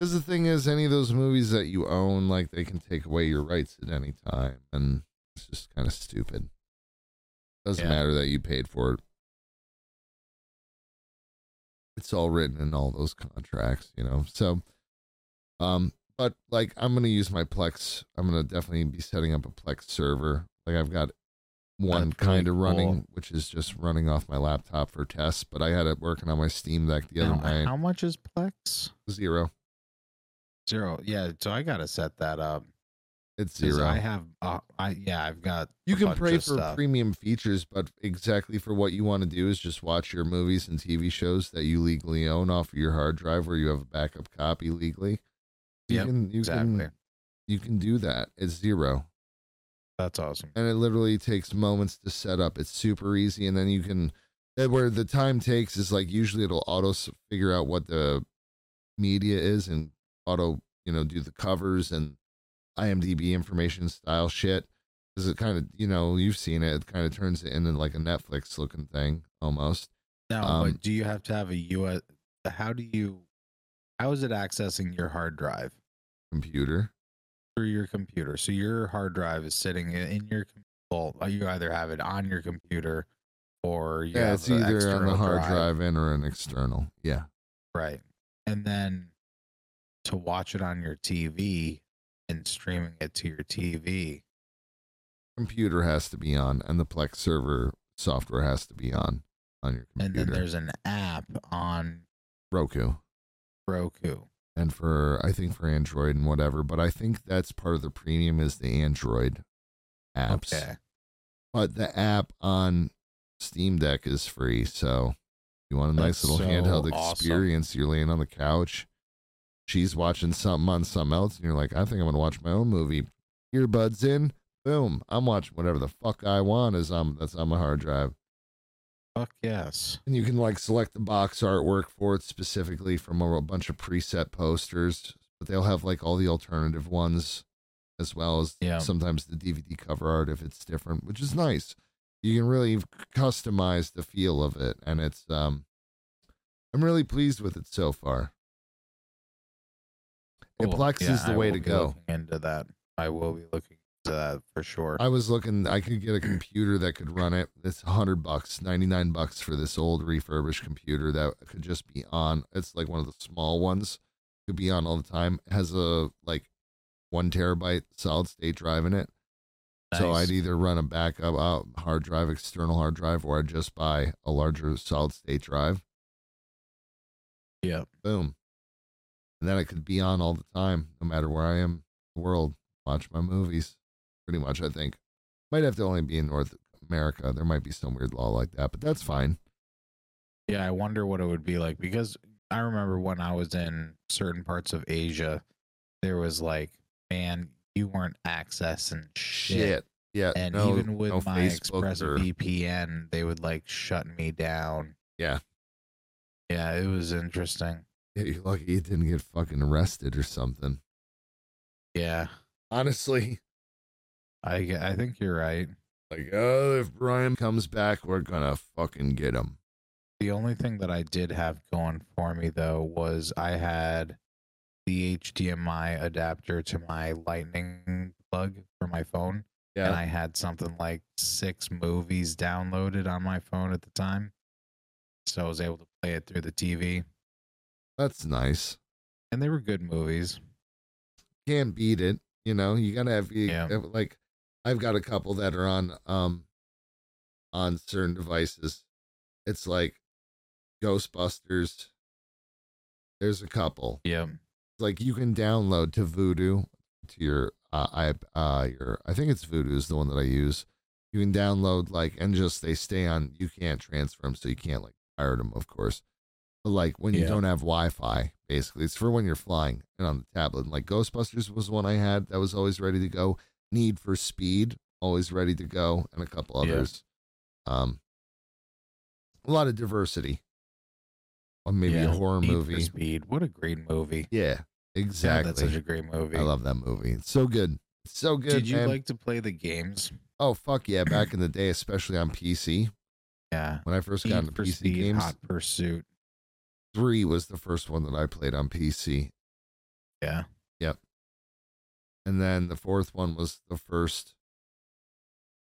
S2: Because the thing is, any of those movies that you own, like they can take away your rights at any time, and it's just kind of stupid. Doesn't
S3: Yeah.
S2: matter that you paid for it. It's all written in all those contracts, you know. So, um, but like I'm gonna use my Plex. I'm gonna definitely be setting up a Plex server. Like I've got one
S3: That's really
S2: kind of running,
S3: cool.
S2: which is just running off my laptop for tests. But I had it working on my Steam Deck the other
S3: Now,
S2: night.
S3: how much is Plex?
S2: zero.
S3: Zero. Yeah. So I gotta set that up.
S2: It's
S3: 'cause
S2: zero.
S3: I have. Uh, I yeah. I've got.
S2: you
S3: a
S2: can
S3: bunch
S2: pray for
S3: of stuff.
S2: premium features, but exactly for what you want to do is just watch your movies and TV shows that you legally own off of your hard drive, where you have a backup copy legally. You
S3: Yep,
S2: can, you
S3: exactly.
S2: Can, you can do that. It's zero.
S3: That's awesome.
S2: and it literally takes moments to set up. It's super easy, and then you can that where the time takes is like usually it'll auto s- figure out what the media is and auto you know do the covers and IMDb information style shit because it kind of you know you've seen it it kind of turns it into like a Netflix looking thing almost.
S3: No,
S2: Um,
S3: but do you have to have a US? How do you? How is it accessing your hard drive
S2: Computer,
S3: through your computer? So your hard drive is sitting i- in your com- well. uh, You either have it on your computer, or you
S2: yeah,
S3: have
S2: it's
S3: a
S2: either on
S3: external
S2: a hard drive in or an external. Yeah,
S3: right? And then to watch it on your TV and streaming it to your TV.
S2: computer has to be on, and the Plex server software has to be on on your
S3: And
S2: computer.
S3: then there's an app on
S2: Roku.
S3: Roku.
S2: and for I think for Android and whatever. But I think that's part of the premium is the Android apps.
S3: Okay.
S2: But the app on Steam Deck is free, so you want a nice
S3: That's
S2: little
S3: so
S2: handheld
S3: awesome.
S2: experience. You're laying on the couch, she's watching something on something else, and you're like, I think I'm gonna watch my own movie. Earbuds in, boom, I'm watching whatever the fuck I want is on that's on my hard drive.
S3: Fuck yes.
S2: And you can like select the box artwork for it specifically from a bunch of preset posters, but they'll have like all the alternative ones as well as
S3: Yeah.
S2: sometimes the DVD cover art if it's different, which is nice. You can really customize the feel of it and it's um I'm really pleased with it so far. And
S3: Cool.
S2: Plex
S3: Yeah,
S2: is the
S3: I
S2: way
S3: will
S2: to
S3: be
S2: go.
S3: looking Into that, I will be looking into that for sure.
S2: I was looking. I could get a computer that could run it. It's hundred bucks, ninety nine bucks for this old refurbished computer that could just be on. It's like one of the small ones. Could be on all the time. It has a like one terabyte solid state drive in it. So
S3: Nice.
S2: I'd either run a backup uh, hard drive, external hard drive, or I'd just buy a larger solid state drive.
S3: yeah.
S2: Boom. And then I could be on all the time, no matter where I am in the world. Watch my movies, pretty much, I think. Might have to only be in North America. There might be some weird law like that, but that's fine.
S3: Yeah, I wonder what it would be like because I remember when I was in certain parts of Asia, there was like, man, you weren't accessing shit.
S2: Yeah.
S3: And
S2: no-
S3: even with
S2: no
S3: my
S2: Facebook
S3: Express
S2: or-
S3: VPN, they would like shut me down.
S2: Yeah.
S3: Yeah, it was interesting.
S2: Yeah, (laughs) you're lucky you didn't get fucking arrested or something.
S3: Yeah,
S2: Honestly, (laughs)
S3: I, g- I think you're right.
S2: like, oh, if Brian comes back, we're gonna fucking get him.
S3: The only thing that I did have going for me though was I had the HDMI adapter to my lightning plug for my phone.
S2: Yeah.
S3: and I had something like six movies downloaded on my phone at the time. So I was able to play it through the TV,
S2: that's nice.
S3: and they were good movies.
S2: Can't beat it. You know, you gotta have you,
S3: Yeah.
S2: like I've got a couple that are on um on certain devices. It's like Ghostbusters. There's a couple.
S3: Yeah,
S2: like you can download to Voodoo to your uh, I uh your I think it's Voodoo is the one that I use. You can download like and just they stay on. You can't transfer them, so you can't like pirate them, of course. But like when you
S3: Yeah.
S2: don't have Wi-Fi, basically, it's for when you're flying and on the tablet. And like Ghostbusters was one I had that was always ready to go. Need for Speed always ready to go, and a couple
S3: Yeah.
S2: others. Um, a lot of diversity. Or maybe
S3: Yeah.
S2: a horror
S3: Need for
S2: movie.
S3: Speed, what a great movie!
S2: Yeah,
S3: God,
S2: exactly.
S3: that's such a great movie.
S2: I love that movie. It's so good. It's so good.
S3: Did you
S2: man.
S3: like to play the games?
S2: Oh fuck yeah! Back in the day, especially on PC,
S3: Yeah,
S2: when I first got
S3: Need
S2: into
S3: for
S2: PC
S3: Speed,
S2: games,
S3: Hot Pursuit.
S2: three was the first one that I played on PC,
S3: Yeah,
S2: and then the fourth one was the first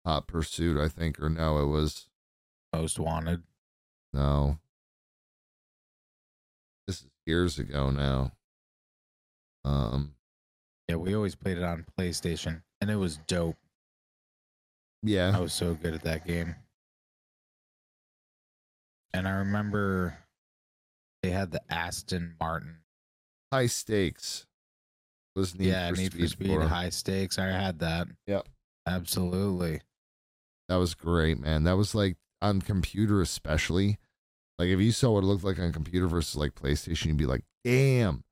S2: Hot Pursuit, I think, or no, it was
S3: Most Wanted.
S2: no. This is years ago now. Um,
S3: Yeah, we always played it on PlayStation, and it was dope.
S2: yeah,
S3: I was so good at that game. And I remember they had the Aston Martin.
S2: high stakes was Need
S3: yeah,
S2: for
S3: Need
S2: Speed
S3: for Speed,
S2: 4.
S3: high stakes. I had that.
S2: Yep.
S3: Absolutely.
S2: That was great, man. That was like on computer, especially. Like if you saw what it looked like on computer versus like PlayStation, you'd be like, "Damn!"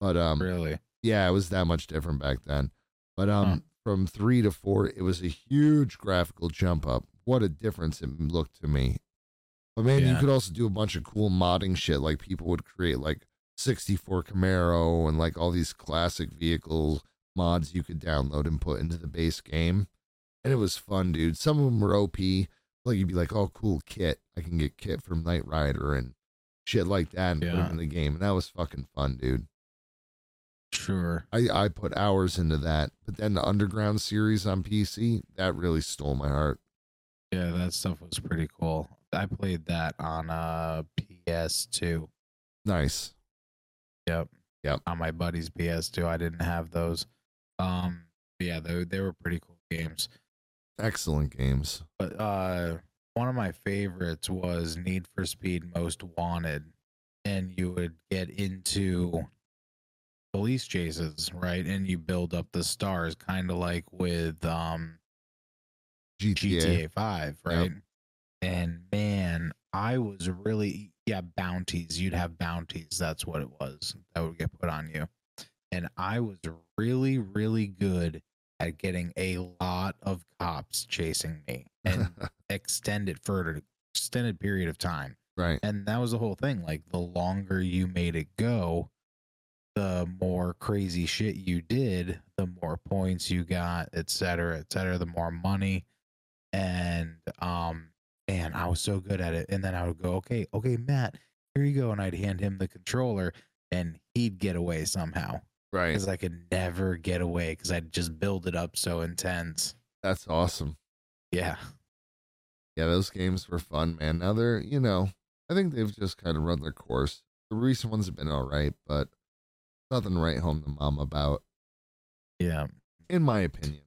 S2: But um,
S3: Really.
S2: yeah, it was that much different back then. But um,
S3: Huh.
S2: from three to four, it was a huge graphical jump up. What a difference it looked to me. But man, you
S3: Yeah.
S2: could also do a bunch of cool modding shit. Like people would create like 64 Camaro and like all these classic vehicle mods you could download and put into the base game. And it was fun, dude. Some of them were OP. Like you'd be like, oh, cool kit. I can get kit from Knight Rider and shit like that and put 'em
S3: Yeah.
S2: in the game. And that was fucking fun, dude.
S3: Sure.
S2: I, I put hours into that. But then the Underground series on PC, that really stole my heart.
S3: Yeah, that stuff was pretty cool. I played that on uh PS2.
S2: Nice.
S3: Yep.
S2: Yep.
S3: On my buddy's PS2. I didn't have those. Um yeah, they they were pretty cool games.
S2: Excellent games.
S3: But uh, one of my favorites was Need for Speed Most Wanted, and you would get into police chases, right? And you build up the stars, kind of like with um,
S2: GTA.
S3: GTA Five, right? And man, I was really yeah bounties. You'd have bounties. That's what it was that would get put on you. And I was really, really good at getting a lot of cops chasing me and extended for an extended period of time.
S2: (laughs) right.
S3: And that was the whole thing. Like the longer you made it go, the more crazy shit you did, the more points you got, et cetera, et cetera, the more money. And um man, I was so good at it. And then I would go, Okay, okay, Matt, here you go. And I'd hand him the controller and he'd get away somehow.
S2: Right.
S3: Because I could never get away because I'd just build it up so intense.
S2: That's awesome.
S3: Yeah.
S2: Yeah, those games were fun, man. Now they're, you know, I think they've just kind of run their course. The recent ones have been all right, but nothing right home to mom about,
S3: Yeah.
S2: in my opinion.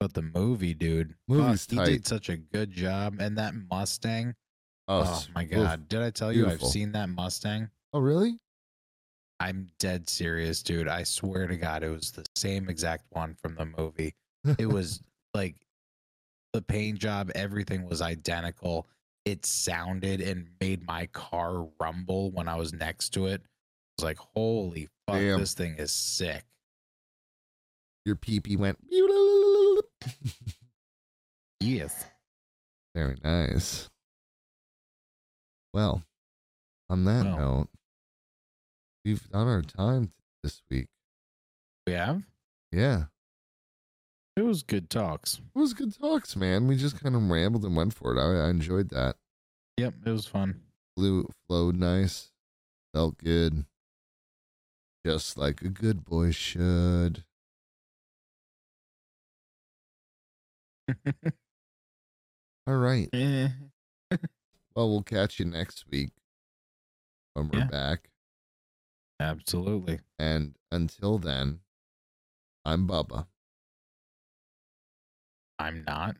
S3: But the movie, dude,
S2: Movie's
S3: fuck,
S2: tight.
S3: he did such a good job. And that Mustang,
S2: Oh,
S3: oh,
S2: s-
S3: my
S2: oof.
S3: god, did I tell you
S2: Beautiful.
S3: I've seen that Mustang?
S2: Oh, really?
S3: I'm dead serious, dude. I swear to God, it was the same exact one from the movie.
S2: (laughs)
S3: It was like the paint job, everything was identical. It sounded and made my car rumble when I was next to it. I was like, holy fuck,
S2: Damn.
S3: this thing is sick.
S2: Your pee pee went.
S3: Yes.
S2: Very nice. Well, on that
S3: Well.
S2: note, we've done our time this week.
S3: We have?
S2: Yeah.
S3: It was good talks.
S2: It was good talks, man. We just kind of rambled and went for it. I, I enjoyed that.
S3: Yep, it was fun. (laughs)
S2: Flew, flowed nice. Felt good. just like a good boy should. All right.
S3: Eh.
S2: Well, we'll catch you next week when we're
S3: Yeah.
S2: back.
S3: Absolutely.
S2: And until then, I'm Bubba.
S3: I'm not.